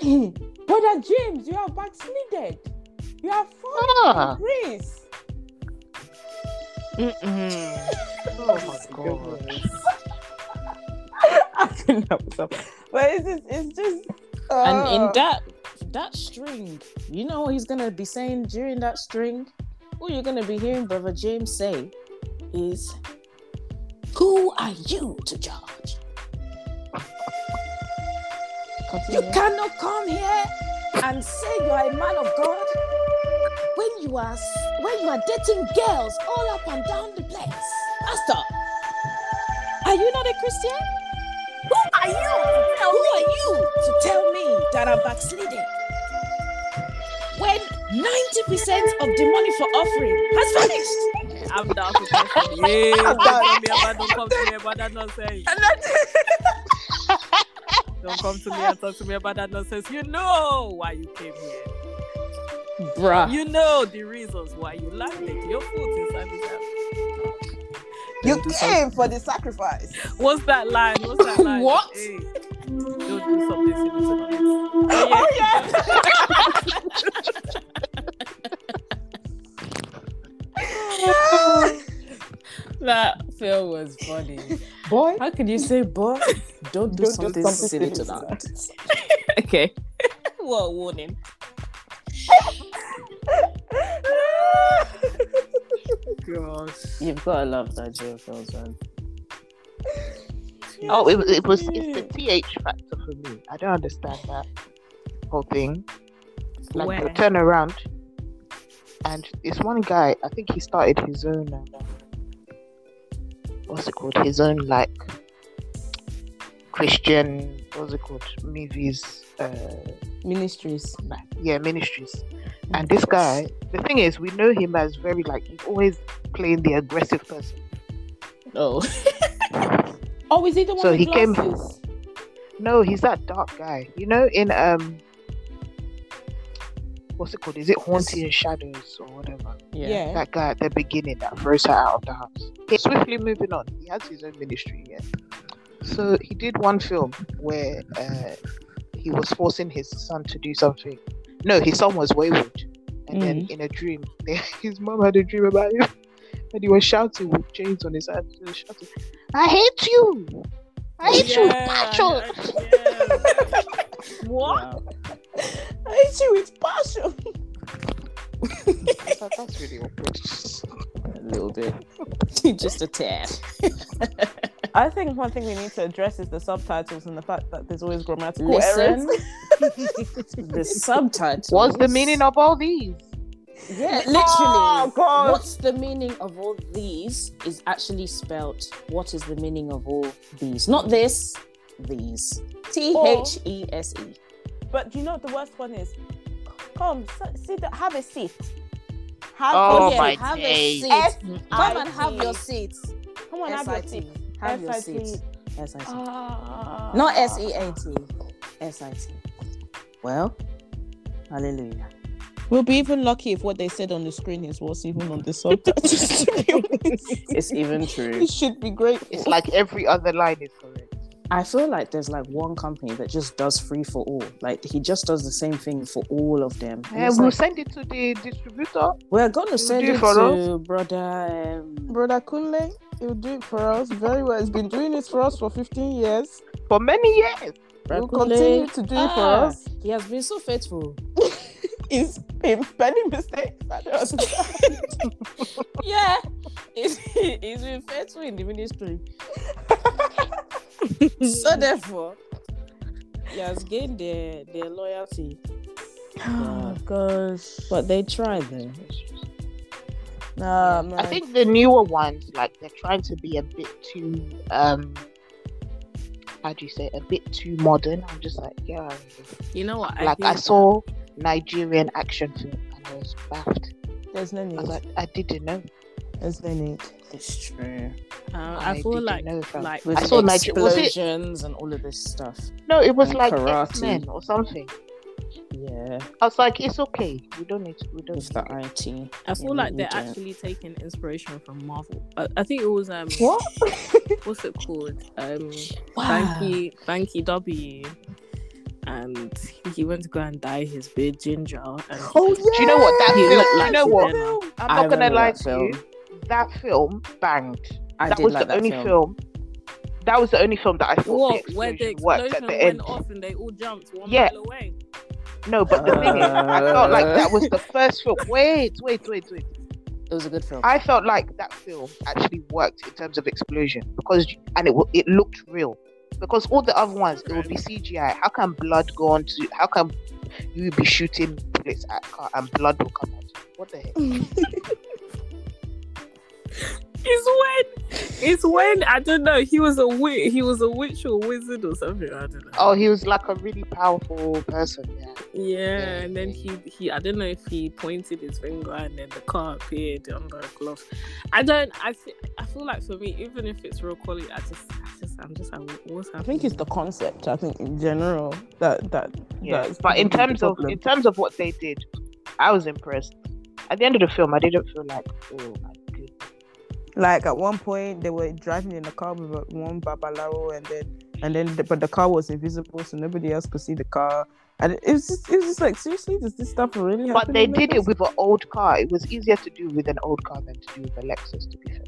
S3: Brother James, you are backslided. You are fallen
S5: Ah.
S3: from grace.
S5: Oh my god.
S3: I couldn't help myself. But it's just, it's just. Uh,
S7: and in that that string, you know what he's gonna be saying during that string? All you're gonna be hearing Brother James say is Who are you to judge? You cannot come here and say you are a man of God when you are s- when you are dating girls all up and down the place. Pastor, are you not a Christian? Who are you? to tell Who are you to tell me that I'm backsliding? When 90% of the money for offering has vanished.
S4: I'm down for Christian. Yeah. Don't
S3: down.
S4: come here, but don't come to me about that nonsense. Don't come to me and talk to me about that nonsense. You know why you came here.
S7: Bruh.
S4: You know the reasons why you landed your foot inside the ground.
S3: you came for the sacrifice.
S4: What's that line? What's that line?
S7: What?
S4: Hey, don't do something similar to that. But yeah, Oh, that film was funny.
S3: Boy,
S4: How can you say, boy, don't
S3: Don't
S4: do
S3: do
S4: something,
S3: something
S4: silly to
S3: silly to
S4: that? okay. what a warning. God. You've got to love that joke, girls, man.
S5: Oh, it, it was it's the th factor for me. I don't understand that whole thing. Like the
S4: Where?
S5: turnaround, and this one guy, I think he started his own. Um, what's it called? His own like Christian. What's it called? Movies. Uh,
S3: ministries.
S5: like, yeah, ministries. And this guy, the thing is, we know him as very like he's always playing the aggressive person.
S4: Oh.
S3: Oh, is he the one
S5: So
S3: with
S5: he came-
S3: glasses?
S5: No, he's that dark guy. You know, in um, what's it called? Is it Haunting Shadows or whatever?
S4: Yeah.
S3: Yeah.
S5: That guy at the beginning that throws her out of the house. He's swiftly moving on. He has his own ministry. Yeah. So he did one film where uh, he was forcing his son to do something. No, his son was wayward, and then in a dream, his mom had a dream about him, and he was shouting with chains on his hands, he was shouting, "I hate you! I hate you! Nacho!"
S4: What?
S3: I hate you with passion.
S5: That- that's really awkward.
S4: A little bit.
S6: Just a tear.
S3: I think one thing we need to address is the subtitles and the fact that there's always grammatical
S6: Listen,
S3: errors.
S6: the subtitles.
S5: What's the meaning of all these?
S6: Yeah, literally.
S3: Oh, God.
S6: What's the meaning of all these is actually spelt what is the meaning of all these? Not this, these. T H E S E.
S3: But do you know what the worst one is? Come, s- sit, down, have a seat. Have
S5: Oh,
S3: a
S5: my
S3: seat.
S6: have
S5: days.
S6: a seat.
S3: S-
S6: Come
S3: I
S6: and have
S3: T.
S6: your seats.
S3: Come on, have your
S6: SIT.
S3: seat.
S6: Have your
S3: SIT.
S6: seats. S I T.
S3: Ah.
S6: Not S E A T. S I T. Well, hallelujah.
S3: We'll be even lucky if what they said on the screen is what's even on the subtitles. to be honest.
S6: It's even true.
S3: You should be grateful.
S5: It's like every other line is correct.
S6: I feel like there's like one company that just does free for all. Like he just does the same thing for all of them. And
S5: Yeah,
S6: it's
S5: we'll
S6: like,
S5: send it to the distributor.
S6: we're gonna
S5: we'll
S6: send
S5: do
S6: it
S5: for
S6: to brother. Um,
S3: Brother Kunle, he'll do it for us very well. He's been doing this for us for 15 years.
S5: For many years,
S6: Brakunle.
S3: He'll continue to do it for
S6: Ah,
S3: us.
S6: He has been so faithful.
S3: He's been spending mistakes. I don't understand.
S6: yeah, he's, he's been faithful in the ministry. so therefore, he has gained their their loyalty.
S3: Oh,
S6: gosh! But they try though.
S3: Nah, man.
S5: I think the newer ones, like they're trying to be a bit too, um, how do you say, a bit too modern. I'm just like, yeah.
S4: You know what?
S5: like I
S4: think-
S5: saw Nigerian action film and I was baffed.
S3: there's no
S5: I
S3: need.
S5: was like, I didn't know.
S3: There's no need.
S6: It's true.
S4: Uh,
S5: I
S4: I feel
S5: didn't
S4: like
S5: know, fam.
S4: like
S6: With
S5: I saw Niger- was it-
S6: explosions and all of this stuff.
S5: No, it was
S6: And
S5: like
S6: karate.
S5: X Men or something.
S6: Yeah,
S5: I was like, it's okay. We don't need. To, we don't.
S6: with
S5: Need
S6: the
S5: to.
S6: IT.
S4: I feel
S6: Yeah,
S4: like
S6: we
S4: they're
S6: don't.
S4: actually taking inspiration from Marvel. I, I think it was um
S3: What?
S4: what's it called? Um Banky Banky W and he went to go and dye his beard ginger and
S3: Oh, yeah.
S5: Do you know what that
S4: He
S5: film?
S4: looked
S5: Do
S4: like
S5: you know what?
S4: Susanna.
S5: I'm
S6: I
S5: not gonna
S6: remember
S5: lie
S6: that
S5: to you. That film banged.
S6: I
S5: that
S6: did
S5: was
S6: like
S5: the
S6: that
S5: only
S6: film.
S5: film. That was the only film that I thought
S4: what
S5: the
S4: where the
S5: explosion worked
S4: explosion
S5: at the
S4: went
S5: end.
S4: off and they all jumped one
S5: Yeah.
S4: mile away.
S5: No, but the thing is, I felt like that was the first film. Wait, wait, wait, wait.
S6: It was a good film.
S5: I felt like that film actually worked in terms of explosion because, and it wa- it looked real. Because all the other ones, it would be CGI. How can blood go on to? How can you be shooting bullets at car and blood will come out? What the heck?
S4: It's when it's when I don't know, he was a witch he was a witch or wizard or something, I don't know.
S5: Oh, he was like a really powerful person. Yeah.
S4: Yeah, and then he he I don't know if he pointed his finger and then the car appeared under a glove. I don't I th- I feel like for me even if it's real quality I just I just I'm just like what- what's
S3: I
S4: happening?
S3: think it's the concept. I think in general that that
S5: yeah.
S3: that's
S5: but in
S3: the
S5: terms of
S3: problem.
S5: in terms of what they did, I was impressed. At the end of the film, I didn't feel like oh my goodness.
S3: like at one point they were driving in a car with one babalaro uh, and then and then the, but the car was invisible, so nobody else could see the car. And it was just, it was just like seriously, does this stuff really happen?
S5: But they
S3: in
S5: did it
S3: Lagos?
S5: with an old car. It was easier to do with an old car than to do with a Lexus, to be fair.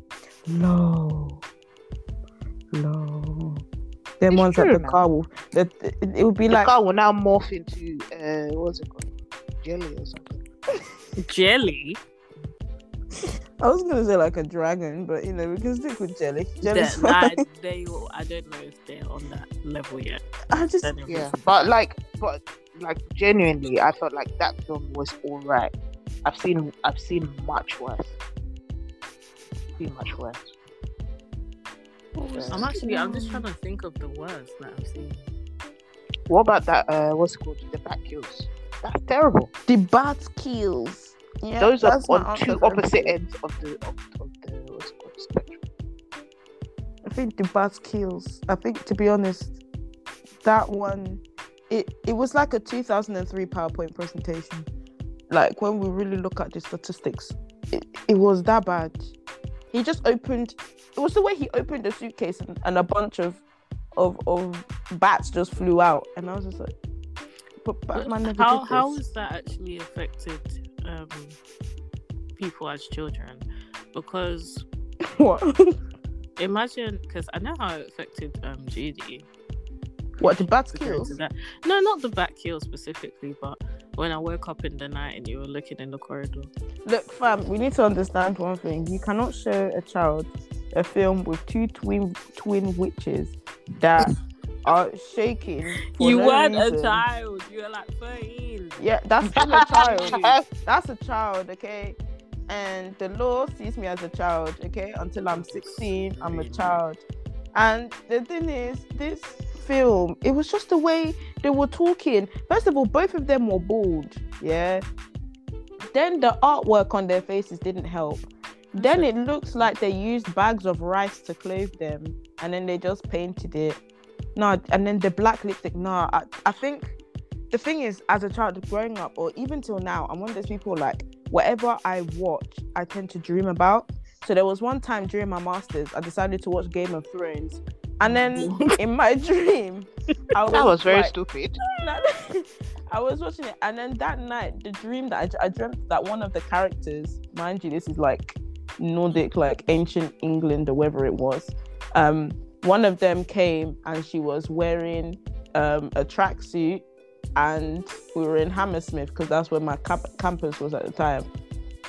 S3: No, no. Them
S5: It's
S3: ones that
S5: true
S3: the
S5: now.
S3: car will that it, it would be
S5: The
S3: like
S5: car will now morph into, uh, what was it called? Jelly or something.
S4: Jelly.
S3: I was gonna say like a dragon, but you know we can stick with jelly. Jelly's
S4: That-
S3: fine.
S4: that- they will- I don't know if they're on that level yet.
S3: I just
S4: Anyway.
S5: Yeah. But, like, but like genuinely, I felt like that film was all right. I've seen, I've seen much worse. Seen much worse. Yeah.
S4: I'm actually. I'm just trying to think of the words that I've seen.
S5: What about that? Uh, what's it called? The back heels. That's terrible.
S3: the bat kills. Yeah,
S5: Those are
S3: that's my
S5: on
S3: answer
S5: two
S3: for
S5: opposite
S3: everything.
S5: ends of the of, of the what's it called spectrum.
S3: I think the bat kills. I think to be honest, that one, it it was like a 2003 PowerPoint presentation. Like when we really look at the statistics, it, it was that bad. He just opened. It was the way he opened the suitcase and, and a bunch of, of of bats just flew out, and I was just like, but Batman never
S4: how
S3: did
S4: how
S3: this.
S4: has that actually affected um, people as children? Because
S3: what?
S4: imagine, because I know how it affected um, Judy.
S3: what the bats
S4: to go into
S3: kills?
S4: that. No, not the back heel specifically, but when I woke up in the night and you were looking in the corridor.
S3: Look, fam, we need to understand one thing. You cannot show a child a film with two twin twin witches that are shaking. for
S4: you
S3: no
S4: weren't a
S3: reason.
S4: child. You were like 13.
S3: Yeah, that's still a child. that's a child, okay? And the law sees me as a child, okay? Until I'm 16, I'm a child. And the thing is, this film, it was just the way they were talking. First of all, both of them were bald, yeah? Then the artwork on their faces didn't help. Then it looks like they used bags of rice to clothe them and then they just painted it. No, and then the black lipstick. No, I, I think the thing is, as a child growing up, or even till now, I'm one of those people like whatever I watch, I tend to dream about. So there was one time during my masters, I decided to watch Game of Thrones, and then in my dream, I was
S5: That was very
S3: like-
S5: stupid.
S3: that- I was watching it, and then that night, the dream that I, dr- I dreamt that one of the characters, mind you, this is like Nordic, like ancient England or wherever it was. Um, one of them came and she was wearing um, a tracksuit, and we were in Hammersmith because that's where my cap- campus was at the time.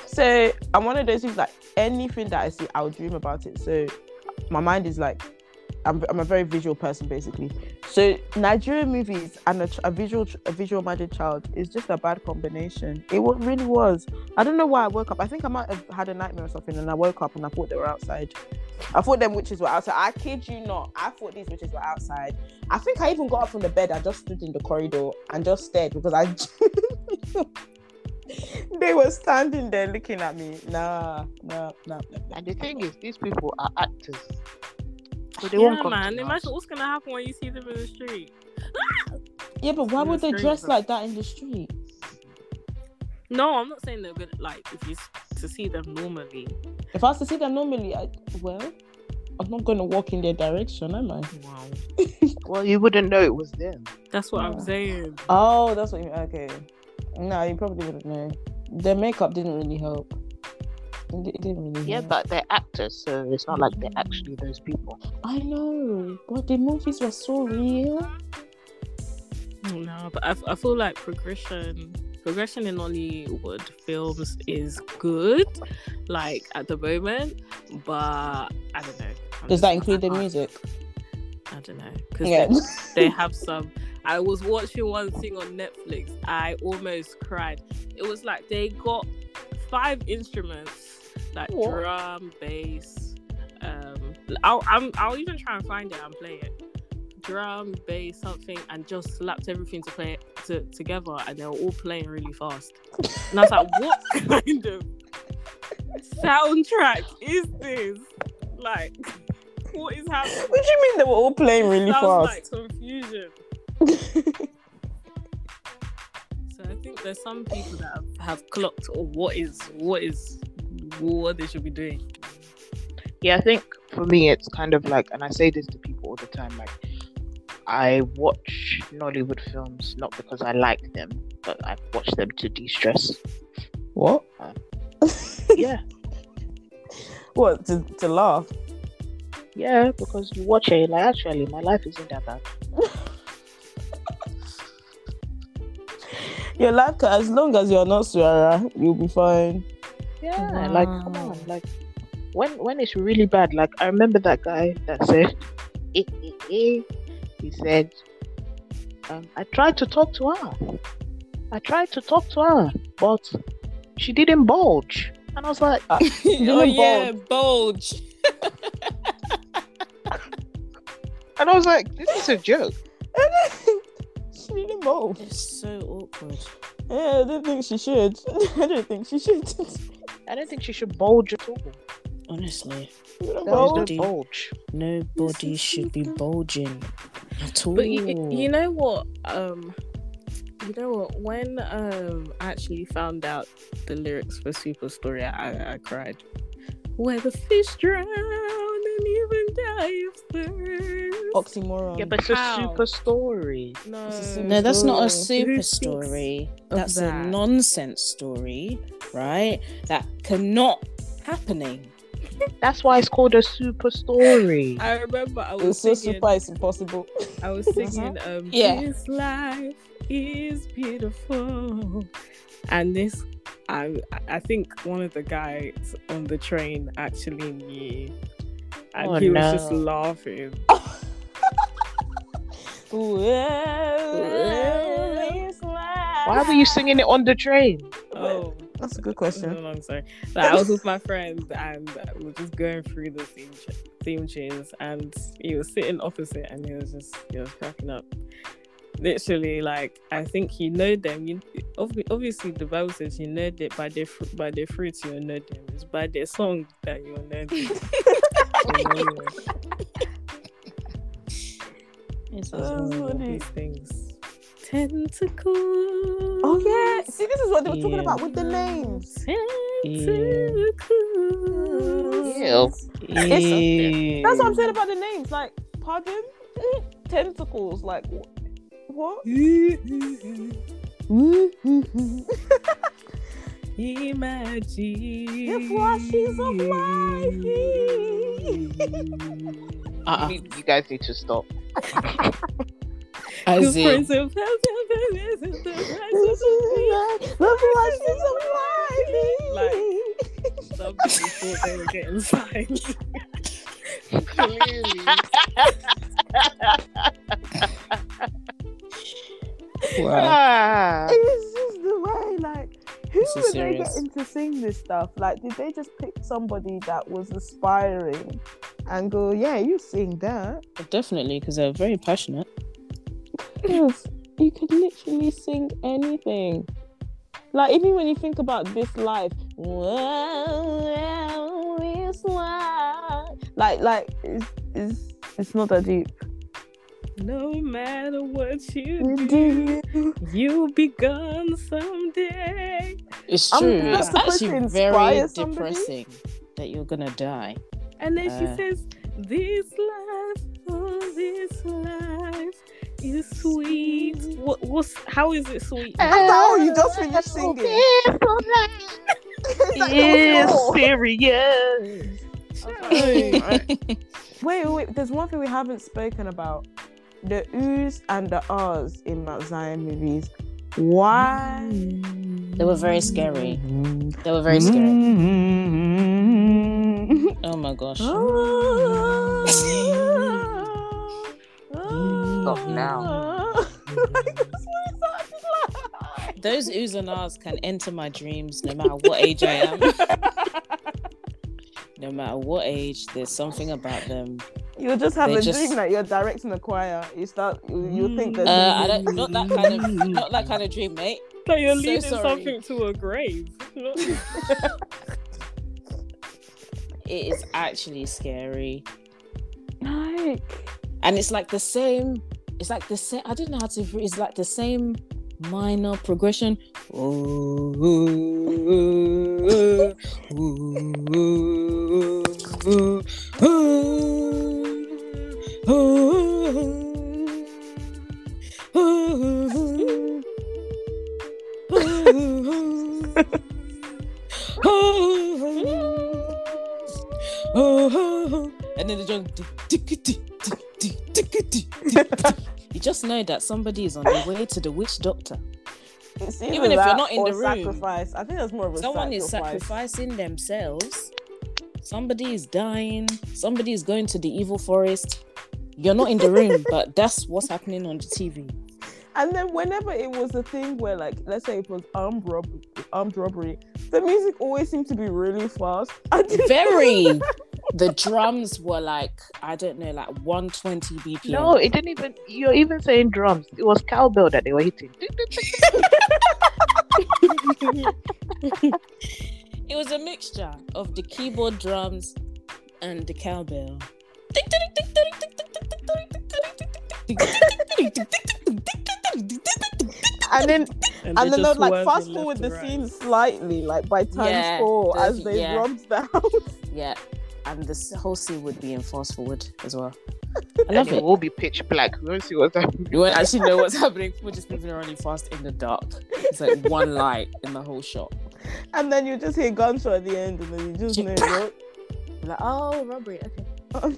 S3: So I'm one of those who's like anything that I see, I'll dream about it. So my mind is like, I'm, I'm a very visual person basically. So Nigerian movies and a, ch- a visual a visual minded child is just a bad combination. It wa- really was. I don't know why I woke up. I think I might have had a nightmare or something, and I woke up and I thought they were outside. I thought them witches were outside. I kid you not. I thought these witches were outside. I think I even got up from the bed. I just stood in the corridor and just stared because I. they were standing there looking at me. Nah, nah, nah. nah, nah.
S5: And the thing is, these people are actors, so they won't
S4: yeah,
S5: come.
S4: man.
S5: to
S4: Imagine
S5: us.
S4: what's going to happen when you see them in the street.
S3: Yeah, but why
S4: Yeah,
S3: would they
S4: strange,
S3: dress
S4: huh?
S3: like that in the street?
S4: No, I'm not saying they're going to, like, if you s- to see them normally.
S3: If I was to see them normally, I, well, I'm not going to walk in their direction, am I?
S4: Wow.
S5: Well, you wouldn't know it was them.
S4: That's what I'm
S3: Yeah.
S4: saying.
S3: Oh, that's what you mean. Okay. No, you probably wouldn't know. Their makeup didn't really help. It it didn't really
S5: Yeah,
S3: help.
S5: but they're actors, so it's not like they're actually those people.
S3: I know, but the movies were so real.
S4: No, but I, I feel like progression progression in Hollywood films is good, like at the moment. But I don't know. I'm
S3: Does
S4: just-
S3: that include the
S4: I can't-
S3: music?
S4: I don't know because
S3: Yeah.
S4: they, they have some. I was watching one thing on Netflix. I almost cried. It was like they got five instruments like
S3: What?
S4: drum, bass. Um, I'll I'm, I'll even try and find it and play it. Drum, bass, something, and just slapped everything to play it to, together, and they were all playing really fast. And I was like, what kind of soundtrack is this? Like, what is happening?
S3: What do you mean they were all playing really
S4: Sounds
S3: fast?
S4: like confusion. So I think there's some people that have, have clocked or what is what is what they should be doing.
S5: Yeah, I think for me, it's kind of like, and I say this to people all the time, like I watch Nollywood films not because I like them, but I watch them to de-stress.
S3: What?
S5: yeah,
S3: What to, to laugh?
S5: yeah, because you watch it, you're like actually, my life isn't that bad.
S3: Your life, ca- as long as you're not swearer, you'll be fine.
S5: Yeah, like come on, like when when it's really bad, like I remember that guy that said, eh, eh, eh, he said, um, I tried to talk to her, I tried to talk to her, but she didn't bulge, and I was like,
S2: oh yeah, bulge.
S5: and I was like, this is a joke.
S3: she didn't move.
S2: It's so awkward.
S3: Yeah, I don't think she should. I don't think she should.
S5: I don't think she should bulge at all.
S2: Honestly,
S5: Girls
S3: no.
S5: don't bulge.
S2: nobody should be bulging at all.
S4: But you, you know what? Um, you know what? When um, I actually found out the lyrics for Super Story, I, I cried. Where the fish drown and even die of thirst.
S3: Oxymoron.
S5: Yeah, but it's a
S4: Ow.
S5: super story.
S4: no,
S3: It's a super
S2: No, that's not a
S4: story.
S2: super
S4: Who thinks
S2: story.
S4: of
S2: That's
S4: that?
S2: a nonsense story, right? That cannot happening.
S5: That's why it's called a super story.
S4: I remember I was
S3: It's so
S4: singing-
S3: super. It's impossible.
S4: I was singing um
S3: Yeah.
S4: This life is beautiful. And this I I think one of the guys on the train actually knew. And
S5: Oh,
S4: he was just
S5: no.
S4: laughing.
S5: Why
S3: Why
S5: were you singing it on the train?
S4: Oh,
S3: That's a good
S4: no,
S3: question.
S4: no, I'm sorry. Like, I was with my friend and we were just going through the theme, ch- theme tunes and he was sitting opposite and he was just he was cracking up. Literally, like I think he know them. You, obvi- obviously, the Bible says you know it by their fr- by their fruits you will know them. It's by their song that you will know them. You know them.
S2: It's
S4: It's
S3: That's
S4: one of
S3: funny.
S4: These things. Tentacles.
S3: Oh yeah. See, this is what they were talking
S5: Yeah.
S3: about with the names.
S4: Tentacles.
S5: Ew.
S3: It's- That's what I'm saying about the names. Like, pardon, tentacles. Like, wh- what?
S4: Imagine
S3: The flashes of
S4: life.
S5: Uh-uh. You, you guys need to stop.
S4: As
S2: in-
S3: The flashes of life.
S4: Like- Some people thought they were getting signed. Clearly.
S2: wow.
S5: Ah.
S3: it's just the way. Like, who
S2: This is
S3: were they
S2: serious.
S3: getting to sing this stuff? Like, did they just pick somebody that was aspiring and go, yeah, you sing that?
S2: Definitely, because they're very passionate.
S3: Yes, you could literally sing anything. Like even when you think about this life, wow, this life. Like, like it's, it's it's not that deep.
S4: No matter what you do,
S3: I'm
S4: you'll be gone someday.
S2: It's
S3: I'm
S2: true.
S4: not
S2: It's
S3: supposed to
S2: actually
S3: inspire
S2: very
S3: somebody.
S2: depressing that you're gonna die.
S4: And then she
S2: Uh.
S4: says, This life, oh, this life is sweet. What, what's, how is it sweet?
S3: oh, you just finished singing. It's like, that was all.
S5: serious.
S3: Wait, wait, wait, there's one thing we haven't spoken about: the oohs and the ahs in Mount Zion movies. Why?
S2: They were very scary. They were very scary.
S3: scary.
S2: Oh my gosh.
S3: Stop
S5: now.
S2: Those oohs and ahs can enter my dreams no matter what age I am. No matter what age, there's something about them.
S3: You'll just have
S2: They
S3: a
S2: just-
S3: dream that you're directing a choir. You start. You, you think that.
S2: Uh, I don't not that kind of not that kind of dream, mate.
S4: That you're
S2: So
S4: leading
S2: sorry.
S4: something to a grave. Not-
S2: It is actually scary.
S3: Like,
S2: and it's like the same it's like the same i don't know how to it's like the same minor progression Ooh, ooh, ooh, ooh, ooh, ooh, ooh.
S7: and then the drum. You just know that somebody is on the way to the witch doctor.
S3: It's
S7: Even
S3: either
S7: if you're
S3: that
S7: not in
S3: or
S7: the room.
S3: sacrifice. I think there's more of a
S7: Someone is
S3: sacrifice.
S7: sacrificing themselves. Somebody is dying. Somebody is going to the evil forest. You're not in the room, but that's what's happening on the TV.
S3: And then whenever it was a thing where, like, let's say it was armed robbery, armed robbery, the music always seemed to be really fast. I didn't-
S7: Very. The drums were like I don't know, like 120 BPM.
S5: No, it didn't even. You're even saying drums. It was cowbell that they were hitting.
S7: It was a mixture of the keyboard drums and the cowbell.
S3: and then
S4: And,
S3: and
S4: they
S3: then they'd
S4: just
S3: like
S4: swerve
S3: fast
S4: you
S3: forward the
S4: left to right.
S3: scene slightly, like by times
S7: Yeah,
S3: four,
S7: the-
S3: as they
S7: yeah.
S3: robbed the house.
S7: Yeah, and this whole scene would be in fast forward as well. I
S5: and
S7: love
S5: it
S7: it.
S5: will be pitch black. We won't see what's happening.
S7: You won't actually know what's happening. People just moving around in fast in the dark. It's like one light in the whole shot.
S3: And then you just hear gunshot at the end, and then you just know. what-
S7: Like, oh, robbery. Okay.
S3: Okay.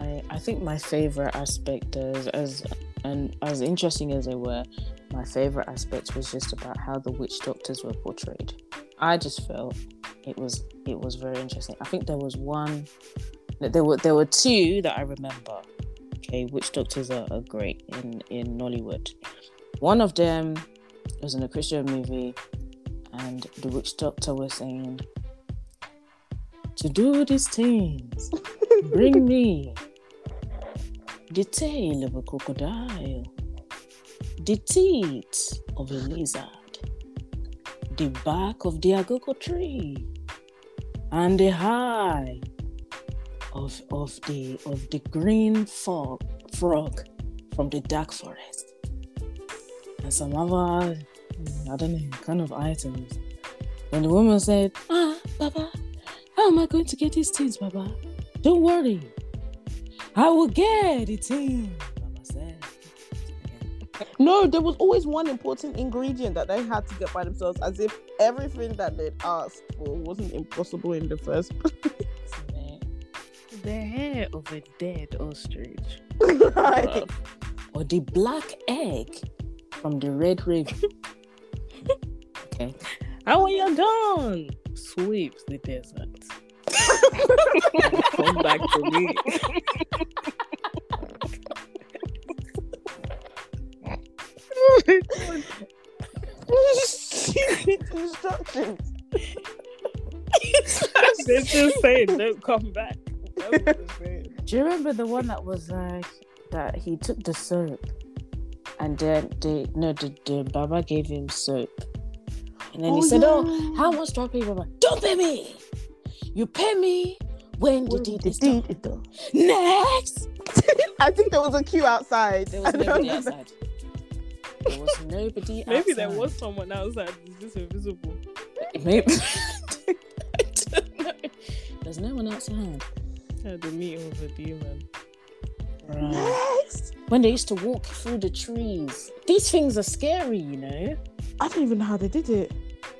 S7: I, I think my favorite aspect is as and as interesting as they were, my favorite aspect was just about how the witch doctors were portrayed. I just felt it was it was very interesting. I think there was one that there were there were two that I remember. Okay, witch doctors are, are great in in Nollywood. One of them was in a Christian movie, and the witch doctor was saying, "To do these things, Bring me the tail of a crocodile, the teeth of a lizard, the bark of the agogo tree, and the hide of, of the of the green fog, frog from the dark forest, and some other mm, I don't know kind of items. And the woman said, "Ah, Baba, how am I going to get these things, Baba?" Don't worry. I will get it in by myself.
S3: No, there was always one important ingredient that they had to get by themselves, as if everything that they'd asked for wasn't impossible in the first place.
S4: The hair of a dead ostrich.
S3: Like,
S4: Bruv.
S7: Or the black egg from the red raven. okay.
S4: How are you done? Sweeps the desert. Come back to me.
S3: instructions.
S4: They're just saying, don't come back.
S7: Do you remember the one that was like that he took the soap and then they no the, the Baba gave him soap. And then he said, Oh, how much do I pay Baba? Don't pay me! You pay me when you did this. done. Next!
S3: I think there was a queue outside.
S7: There was
S3: I don't
S7: nobody
S3: know.
S7: outside. There was nobody outside.
S4: Maybe there was someone outside who's just invisible.
S7: Maybe. I don't know. There's no one outside.
S4: Yeah, the meeting with a demon.
S3: Next.
S7: When they used to walk through the trees, these things are scary, you know?
S3: I don't even know how they did it.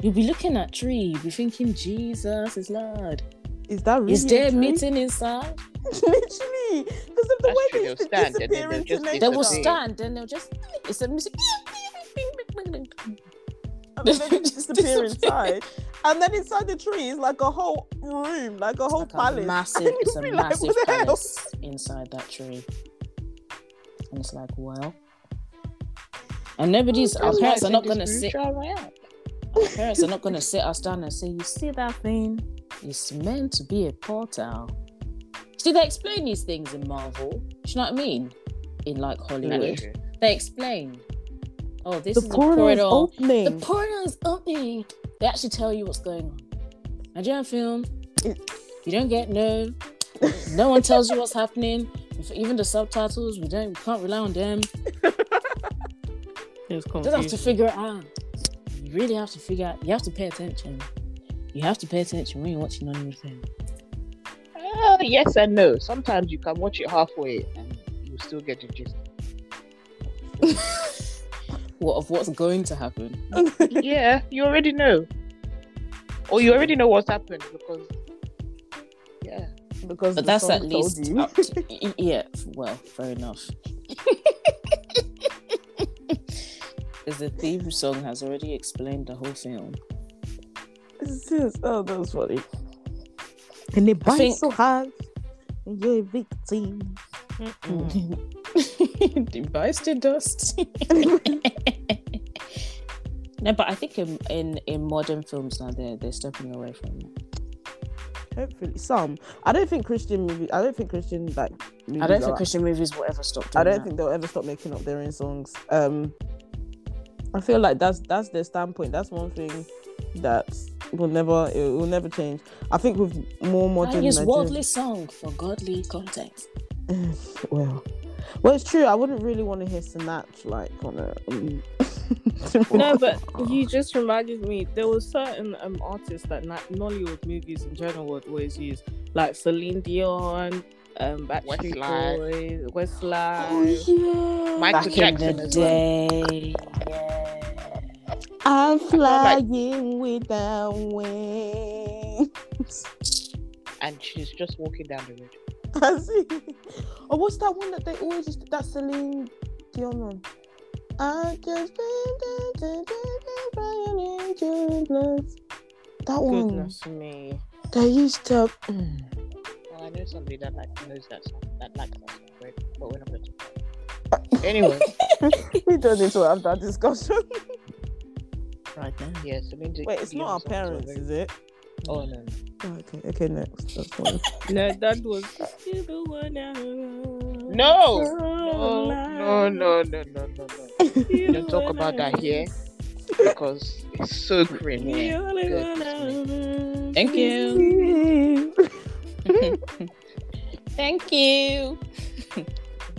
S7: You'll be looking at tree, you'll be thinking, Jesus is Lord.
S3: Is that really?
S7: Is there
S3: a
S7: a
S3: tree?
S7: meeting inside?
S3: Literally, because of the
S5: That's
S3: way
S5: true,
S3: they
S5: they'll
S3: used to
S5: stand and then
S3: disappear
S5: they'll
S3: into
S5: just
S3: nature.
S7: They
S5: It's
S7: will
S5: a thing.
S7: stand, then they'll just it's the music.
S3: And then they just
S7: Just
S3: disappear
S7: disappear.
S3: inside. And then inside the tree is like a whole room, like a whole
S7: Like a
S3: palace.
S7: massive,
S3: And
S7: it's a
S3: you'd be like,
S7: massive
S3: what the hell?
S7: palace inside that tree. And it's like, well. And nobody's,
S3: Oh,
S7: our
S5: That's why I
S7: parents are
S5: said
S7: not
S5: the
S7: going to sit,
S5: spiritual realm.
S7: our parents are not going to sit us down and say, you see that thing? It's meant to be a portal. See, they explain these things in Marvel. Do you know what I mean? In like
S5: That's
S7: Hollywood.
S5: true.
S7: They explain. Oh, this
S3: The
S7: is
S3: portal
S7: a
S3: is
S7: portal. The
S3: opening.
S7: portal is opening. They actually tell you what's going on. Nigerian film, you don't get no. No one tells you what's happening. If- Even the subtitles, we don't. We can't rely on them.
S4: It was
S7: You just have to
S4: confusing.
S7: figure it out. You really have to figure out. You have to pay attention. You have to pay attention when you're watching on film.
S5: Uh, yes and no. Sometimes you can watch it halfway and you still get the gist.
S7: What of what's going to happen?
S5: yeah, you already know. Or you already know what's happened because yeah.
S3: because
S7: But
S3: the
S7: that's
S3: song
S7: at
S3: told
S7: least
S3: you.
S7: up to, y- yeah. f- Well, fair enough. Because the theme song has already explained the whole film.
S3: Sis, oh, that was funny.
S6: And they
S7: bite think-
S6: so hard. And you're a victim.
S7: Device to dust. no, but I think in, in in modern films now they're they're stepping away from that.
S3: Hopefully, some. I don't think Christian movie. I don't think Christian like. Movies
S7: I don't
S3: are-
S7: think Christian movies will ever stop. Doing
S3: I don't
S7: that.
S3: think they'll ever stop making up their own songs. Um, I feel like that's that's their standpoint. That's one thing that will never it will never change. I think with more modern.
S7: I use
S3: Nigerian-
S7: worldly song for godly context.
S3: well, well, it's true. I wouldn't really want to hear Sinatra like on a. Um,
S4: No, but you just reminded me there was certain um artists that like, Nollywood movies in general would always use, like Celine Dion, um, Backstreet
S5: Westlife.
S4: Boys,
S3: Oh,
S4: Westlife.
S3: yeah.
S5: Michael
S7: Back in
S5: Jackson
S7: the
S5: as well.
S7: day, yeah.
S3: I'm flying without wings.
S5: And she's just walking down the road.
S3: I see. Oh, what's that one that they always used? That Celine Dion one. I just been down, down, down, down by an angel's love. That one.
S4: Goodness me.
S3: They used to.
S5: Well, I know somebody that like knows that song, that likes that song, right? But we're not going to talk about it. Anyway, mm,
S3: we don't need to have that discussion.
S7: Right now.
S5: yeah, so Lindsay.
S3: Wait, it's not our parents, is it?
S5: Oh no. no.
S3: Oh, okay, okay, next. That's fine.
S4: No, that was. "You're the one I love
S5: Oh, No!
S4: so
S5: No, no,
S4: loud.
S5: no, no, no, no, no.
S4: You're
S5: We
S4: the
S5: don't talk
S4: one
S5: about
S4: I
S5: that here because it's so cringe.
S7: Yeah.
S4: You're the
S5: Good.
S4: one I love.
S7: Thank you. Thank you.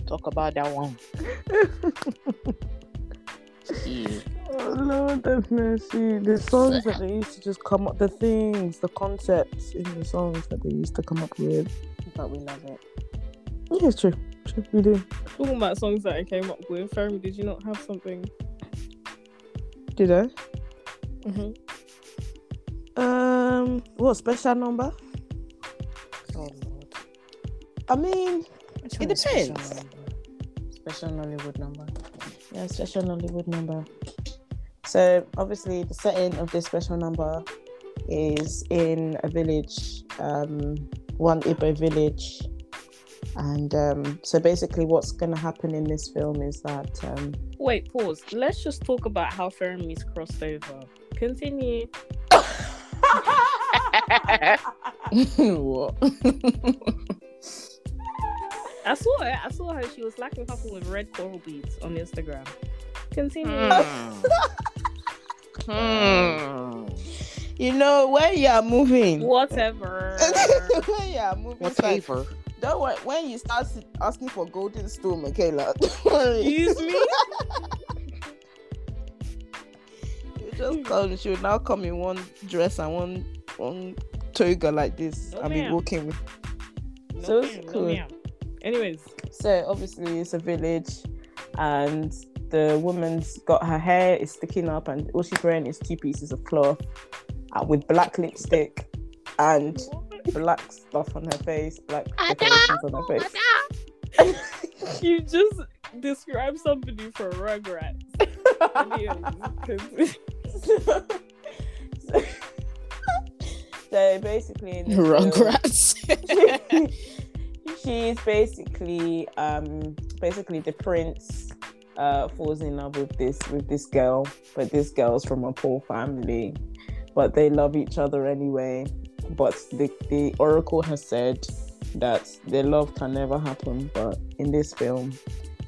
S5: Talk about that one.
S3: Oh Lord have mercy. The songs that they used to just come up, the things, the concepts in the songs that they used to come up with.
S7: But we love it.
S3: Yeah, it's true. True, we do.
S4: Talking about songs that I came up with, Fermi, did you not have something?
S3: Did I?
S4: Mm-hmm.
S3: Um, what special number?
S7: Oh Lord.
S3: I mean,
S7: Which
S3: It
S7: one is special
S3: depends.
S7: number? Special Nollywood number.
S3: yeah, special Nollywood number. So obviously, the setting of this special number is in a village, um, one Igbo village, and um, so basically, what's going to happen in this film is that um,
S4: Wait, pause. Let's just talk about how Fermi's crossed over. Continue.
S7: what?
S4: I saw her. I saw her. She was lacking couple with red coral beads on Instagram. Continue.
S5: Hmm.
S3: you know where you are moving.
S4: Whatever.
S3: where you are moving. side-
S5: Whatever.
S3: Don't worry. When you start s- asking for golden stool, Michaela, don't worry.
S4: Excuse me?
S3: You just come. She will now come in one dress and one one toga like this
S4: No,
S3: and be
S4: ma'am.
S3: walking with.
S4: No
S3: So it's
S4: ma'am, no
S3: cool.
S4: ma'am. Anyways,
S3: So obviously it's a village, and the woman's got her hair is sticking up, and all she's wearing is two pieces of cloth uh, with black lipstick and black stuff on her face, black decorations on her face.
S4: you just described somebody from Rugrats. Anyways,
S3: so, so- so basically, in this film-
S7: Rugrats.
S3: she's basically um basically the prince uh falls in love with this with this girl but this girl's from a poor family but they love each other anyway but the, the oracle has said that their love can never happen but in this film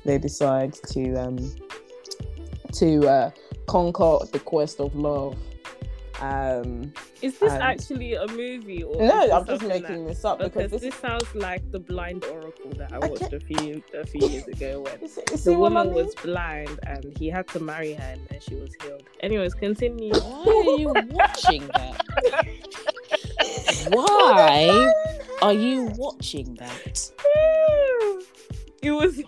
S3: they decide to um to uh conquer the quest of love um
S4: Is this
S3: Um,
S4: actually a movie or is
S3: no
S4: this
S3: i'm just
S4: something that-
S3: making this up because
S4: because
S3: this
S4: this,
S3: is
S4: sounds like the blind oracle that I
S3: Okay.
S4: watched a few a few years ago when
S3: you see, you see
S4: the
S3: what I
S4: woman
S3: mean?
S4: was blind and he had to marry her and then she was healed. Anyways, continue.
S7: Why are you watching that? Why are you watching that?
S4: it was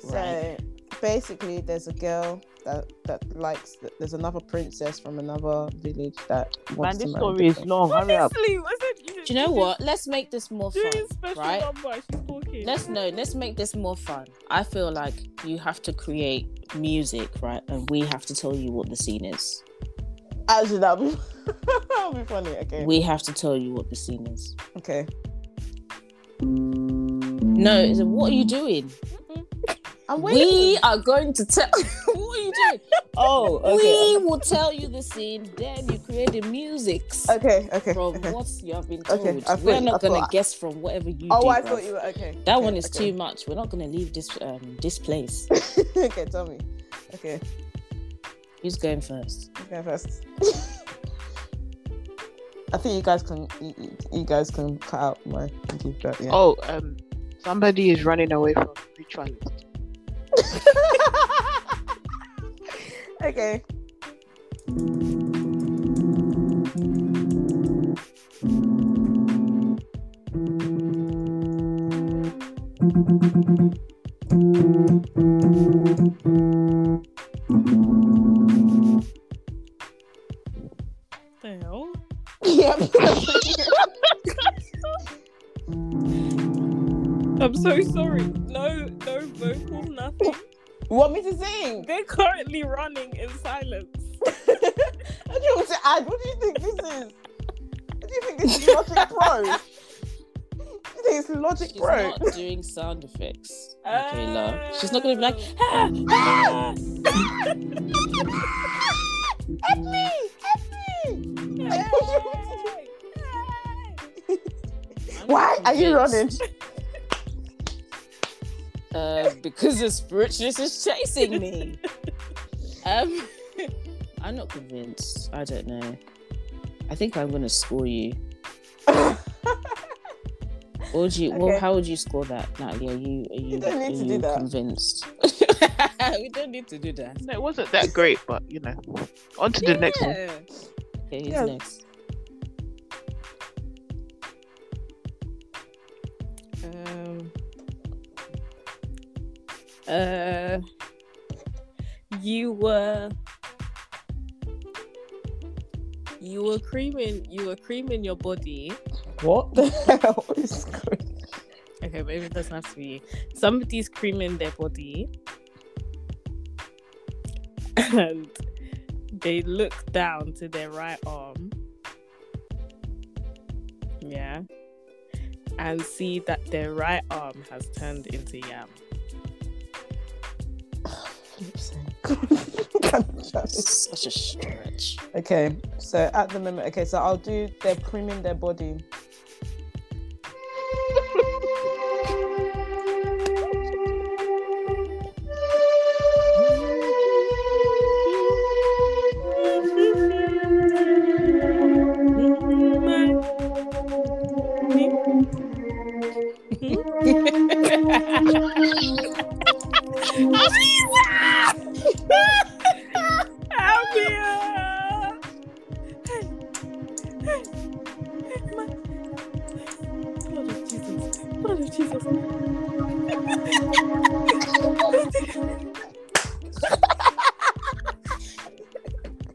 S3: So basically there's a girl that that likes there's another princess from another village that wants
S9: Man,
S3: to
S9: this
S3: marry
S9: story
S3: the
S9: is
S3: girl.
S9: long. Hurry up.
S4: Honestly, I said, you
S7: Do you know what? Let's make this more
S4: Do
S7: fun,
S4: his special
S7: right?
S4: number. She's talking.
S7: Let's no, let's make this more fun. I feel like you have to create music, right? And we have to tell you what the scene is.
S3: Actually, that would be, that'd be funny. Okay.
S7: We have to tell you what the scene is.
S3: okay.
S7: No, it's a, what are you doing?
S3: I'm
S7: We are going to tell. what are you doing?
S3: Oh,
S7: we
S3: okay.
S7: will tell you the scene. Then you create the music
S3: Okay. Okay.
S7: from
S3: okay.
S7: what you have been told.
S3: Okay, I thought-
S7: We're
S3: I
S7: not gonna
S3: thought-
S7: guess from whatever you.
S3: Oh,
S7: do,
S3: I
S7: bruv.
S3: thought you were okay.
S7: That
S3: okay,
S7: one is
S3: okay.
S7: too much. We're not gonna leave this um this place.
S3: okay, tell me. Okay,
S7: Who's going first?
S3: you go first. I think you guys can you, you- you guys can cut out my keep that. Yeah.
S5: Oh, um, somebody is running away from ritualist.
S3: okay.
S4: the hell?
S3: Yep.
S4: I'm so sorry. No, no vocal,
S3: you
S4: nothing.
S3: want me to sing?
S4: They're currently running in silence.
S3: What do you want to add? What do you think this is? What do you think this is Logic Pro? you think it's Logic
S7: She's
S3: Pro?
S7: not doing sound effects, Michaela. She's not gonna be like,
S4: Oh.
S7: ah, ah.
S3: Help me! Help me! What do you want to do?
S7: I'm
S3: Why are you running?
S7: convinced. Uh, because the spiritualist is chasing me. um, I'm not convinced. I don't know. I think I'm gonna score you. What would you? Well,
S3: Okay.
S7: how would you score that, Natalie? Are you are you,
S3: don't need to
S7: are
S3: do
S7: you
S3: that.
S7: convinced? we don't need to do that.
S5: No, it wasn't that great, but you know. On to the next one.
S7: Okay, who's
S3: Yeah.
S7: next?
S4: Um, uh, you were you were creaming you were creaming your body.
S3: What the hell is going
S4: Okay, maybe it doesn't have to be. Somebody's creaming their body, and they look down to their right arm. Yeah. And see that their right arm has turned into yam.
S7: Such a stretch.
S3: okay, so at the moment, okay, so I'll do they're creaming their body.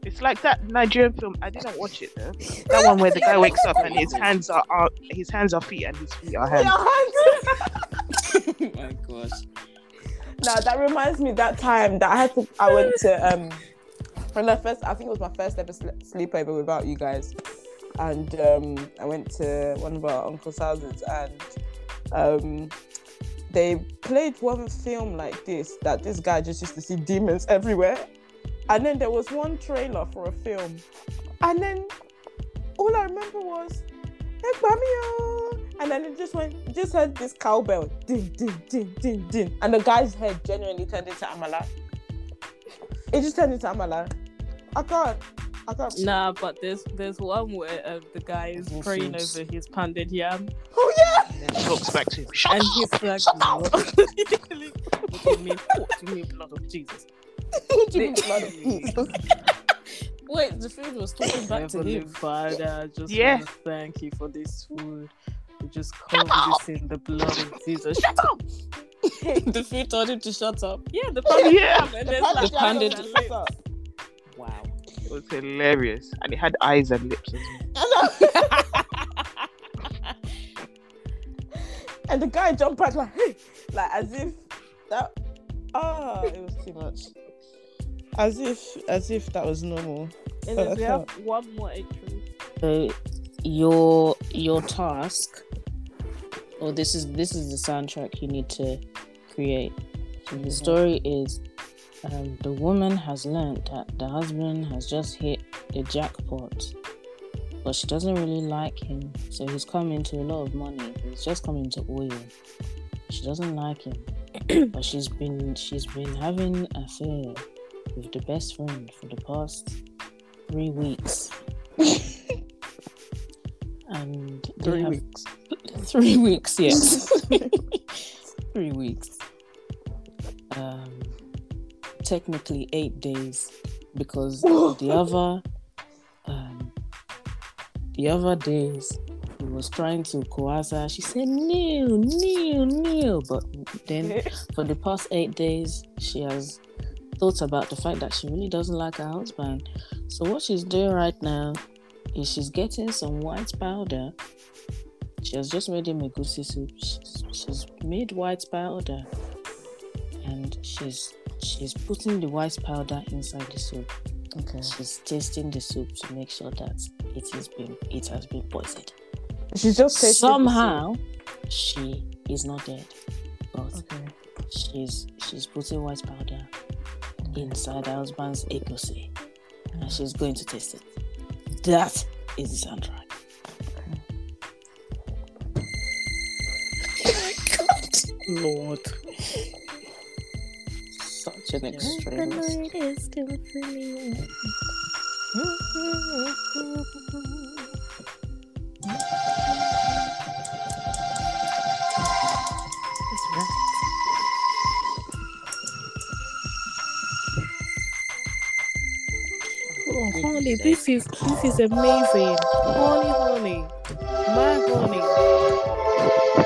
S5: It's like that Nigerian film. I didn't watch it though. That one where the guy wakes up and his hands are, are his hands are feet and his feet are hands.
S7: oh my gosh.
S3: Now that reminds me that time that I had to I went to um for the first I think it was my first ever sl- sleepover without you guys, and um I went to one of our uncle's houses and um they played one film like this that this guy just used to see demons everywhere, and then there was one trailer for a film, and then all I remember was. "Hey, Bamio!" And then it just went, you just heard this cowbell, ding, ding, ding, ding, ding. And the guy's head genuinely turned into Amala. It just turned into Amala. I can't, I can't.
S4: Nah, but there's there's one where uh, the guy is
S7: Wolf
S4: praying
S7: lips.
S4: over his pounded yam,
S3: Oh, yeah!
S5: And then talks back to him. Shut
S4: and
S5: up.
S4: he's like, "What do you mean? What do you mean, blood of Jesus?"
S3: What do you mean, blood of Jesus?
S7: Wait, the food was talking back to
S4: Heavenly
S7: him.
S4: Father, I just
S5: Yeah.
S4: want to thank you for this food. We just cover this in the blood of Jesus. Shut up!
S7: the food told him to shut up.
S4: Yeah, the pun.
S5: Yeah,
S4: and
S3: The panda
S4: there's like-
S7: The panda-
S3: just shuts up.
S7: Wow.
S5: it was hilarious, and it had eyes and lips as well.
S3: And the guy jumped back like, hey, like as if that. Ah, it was too much. As if, as if that was normal.
S4: Ellis, we have one more entry.
S7: So your your task or this is this is the soundtrack you need to create. So the story is um, the woman has learnt that the husband has just hit the jackpot, but she doesn't really like him. So he's come into a lot of money. He's just come into oil. She doesn't like him, but she's been she's been having an affair with the best friend for the past three weeks. and they
S5: Three
S7: have-
S5: weeks.
S7: three weeks yes three weeks um technically eight days because the other um the other days he was trying to coerce her she said no no no but then for the past eight days she has thought about the fact that she really doesn't like her husband so what she's doing right now is she's getting some white powder she has just made him a goosey soup. She's, she's made white powder, and she's she's putting the white powder inside the soup.
S6: Okay.
S7: She's tasting the soup to make sure that it is been it has been poisoned.
S3: She's just tasted the
S7: Somehow, she is not dead, but
S6: Okay.
S7: she's she's putting white powder inside her husband's egosi, and she's going to taste it. That is the soundtrack.
S4: Lord.
S7: Such an extreme.
S4: Oh, honey, this is this is amazing. Honey, honey, my honey.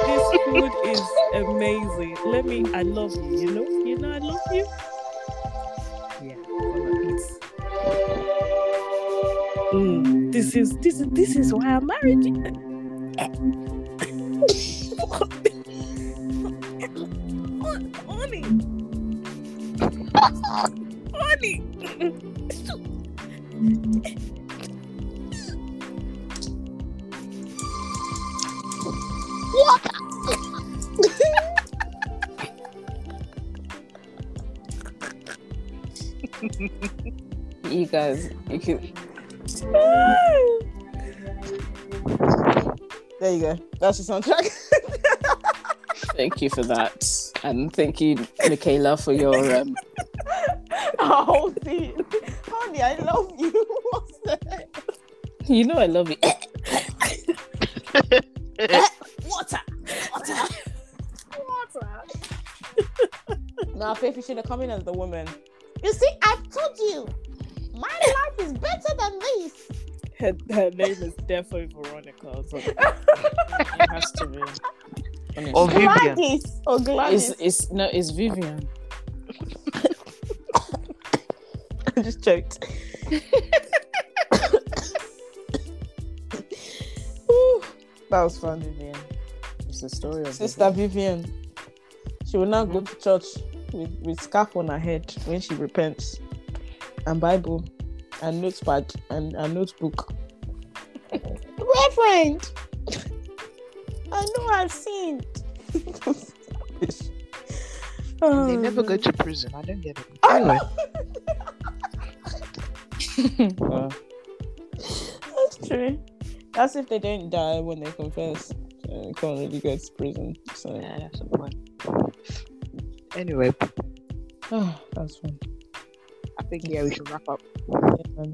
S4: This food is amazing. Let me. I love you. You know. You know. I love you. Yeah. gonna eat. Mm, this is this is this is why I married you. honey, honey.
S7: You guys, you can.
S3: There you go. That's the soundtrack.
S7: Thank you for that, and thank you, Michaela, for your. Um,
S3: oh, see. honey, I love you. What's that?
S7: you know, I love you.
S3: Nah, Faith, you should have come in as the woman.
S6: You see, I've told you, my life is better than this.
S4: Her, her name is definitely Veronica. Or something.
S7: It has to be. Honestly.
S5: Or Vivian.
S3: Gladys or
S7: It's,
S3: Gladys.
S7: it's no, it's Vivian.
S3: I just choked. Whew, that was fun.
S7: Vivian. It's the story of
S3: Sister Vivian. She will now
S5: Mm-hmm.
S3: go to church with, with scarf on her head when she repents. And Bible and notepad and a notebook. Reverend! I know I've seen. Oh,
S5: They never go to prison. I don't get it.
S3: I know.
S7: Vivian. Wow.
S3: That's true. That's if they don't die when they confess. So they can't really go to prison. So
S5: Yeah, that's a point. Anyway,
S3: that's fun.
S5: I think yeah, we should wrap up.
S3: Yeah, man.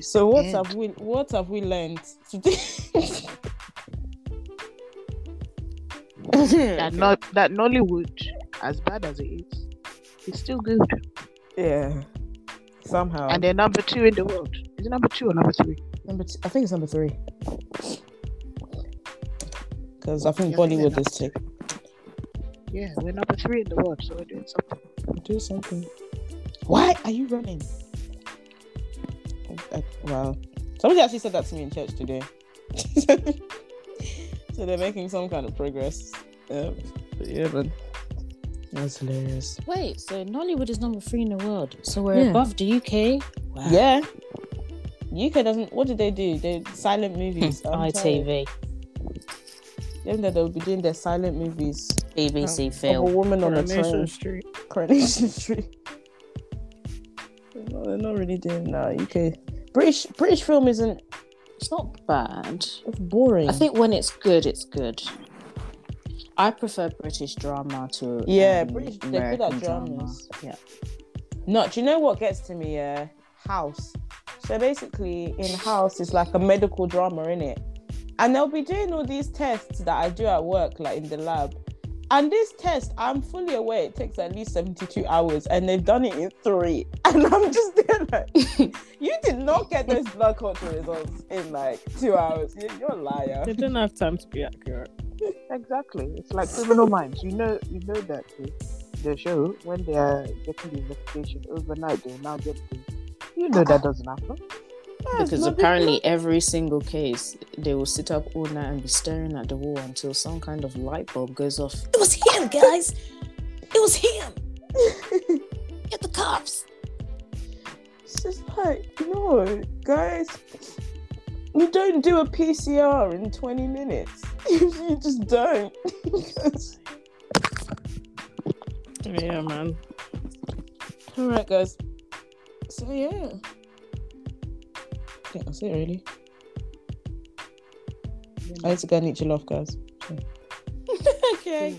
S3: So what have we what have we learned today?
S5: that not that Nollywood, as bad as it is, is still good.
S3: yeah. Somehow.
S5: And they're number two in the world. Is it number two or number three?
S3: number two, I think it's number three. Because I think
S5: Yeah, I think they're
S3: Bollywood is too.
S5: Yeah, we're number three in the world, so we're doing something.
S3: Do something. Why are you running? Uh, Wow. Somebody actually said that to me in church today. so they're making some kind of progress. Um, but yeah, man.
S7: That's hilarious. Wait, so Nollywood is number three in the world. So we're
S4: Yeah.
S7: above the UK. Wow.
S3: Yeah. UK doesn't. What did they do? They silent movies. I'm tired.
S7: ITV,
S3: Then they- they'll be doing their silent movies. Um,
S7: BBC
S3: Of a
S7: Film.
S3: woman on a train.
S5: Coronation Street.
S3: Coronation Street. They're not, they're not really doing that. UK. British British film isn't
S7: It's not bad.
S3: it's boring.
S7: I think when it's good, it's good. I prefer British drama to
S3: Yeah,
S7: um,
S3: British- they're good at
S7: American drama.
S3: dramas.
S7: Yeah,
S3: No, do you know what gets to me? Yeah, house. So basically, in house is like a medical drama, in it, and they'll be doing all these tests that I do at work, like in the lab. And this test, I'm fully aware it takes at least 72 hours, and they've done it in three. And I'm just there like, you did not get those blood culture results in like two hours. You- You're a liar.
S4: They don't have time to be accurate.
S5: Exactly. It's like Criminal Minds. You know, you know that the, the show when they are getting the investigation overnight, they will now get the. You know that doesn't happen.
S7: because apparently every single case they will sit up all night and be staring at the wall until some kind of light bulb goes off.
S6: It was him, guys. It was him. Get the cops.
S3: It's just like, no, guys, you don't do a PCR in 20 minutes. you just don't.
S4: Yeah, man.
S3: All right, guys. So, yeah. I think that's it, really. I need to go and eat jollof, guys.
S6: Okay.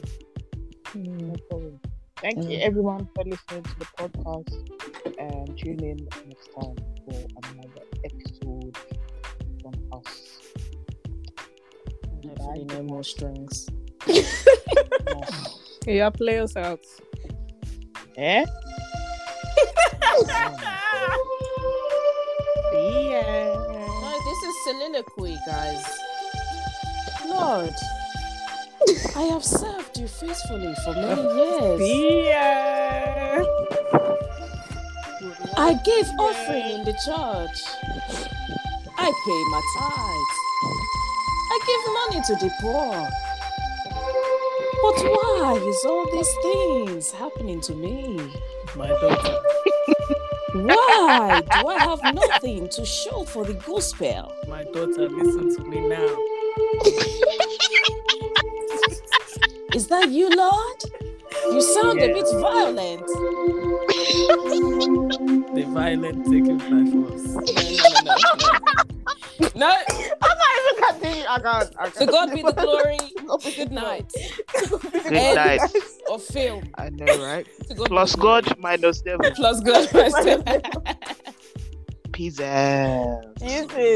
S5: No problem. Thank you
S3: Mm.
S5: everyone for listening to the podcast. And tune in next time for another episode from us.
S7: Hopefully, no more strings.
S4: Yeah, play us out.
S5: Eh?
S7: No, this is soliloquy, guys. Lord, I have served you faithfully for many years.
S4: Yeah.
S7: I gave offering in the church. I pay my tithes. I give money to the poor. But why is all these things happening to me?
S4: My daughter.
S7: Why do I have nothing to show for the gospel?
S4: My daughter, listen to me now.
S7: Is that you, Lord? You sound a bit violent.
S4: The violent taken by force.
S7: No,
S3: I can't do it. I can't. I
S7: to
S3: can't.
S7: God be the glory. Good night.
S5: Good
S7: End
S5: night.
S7: Of film.
S5: I know, right?
S7: To God be
S5: Plus
S7: the glory.
S5: God, minus devil.
S7: Plus God.
S5: Peace out.
S3: You too.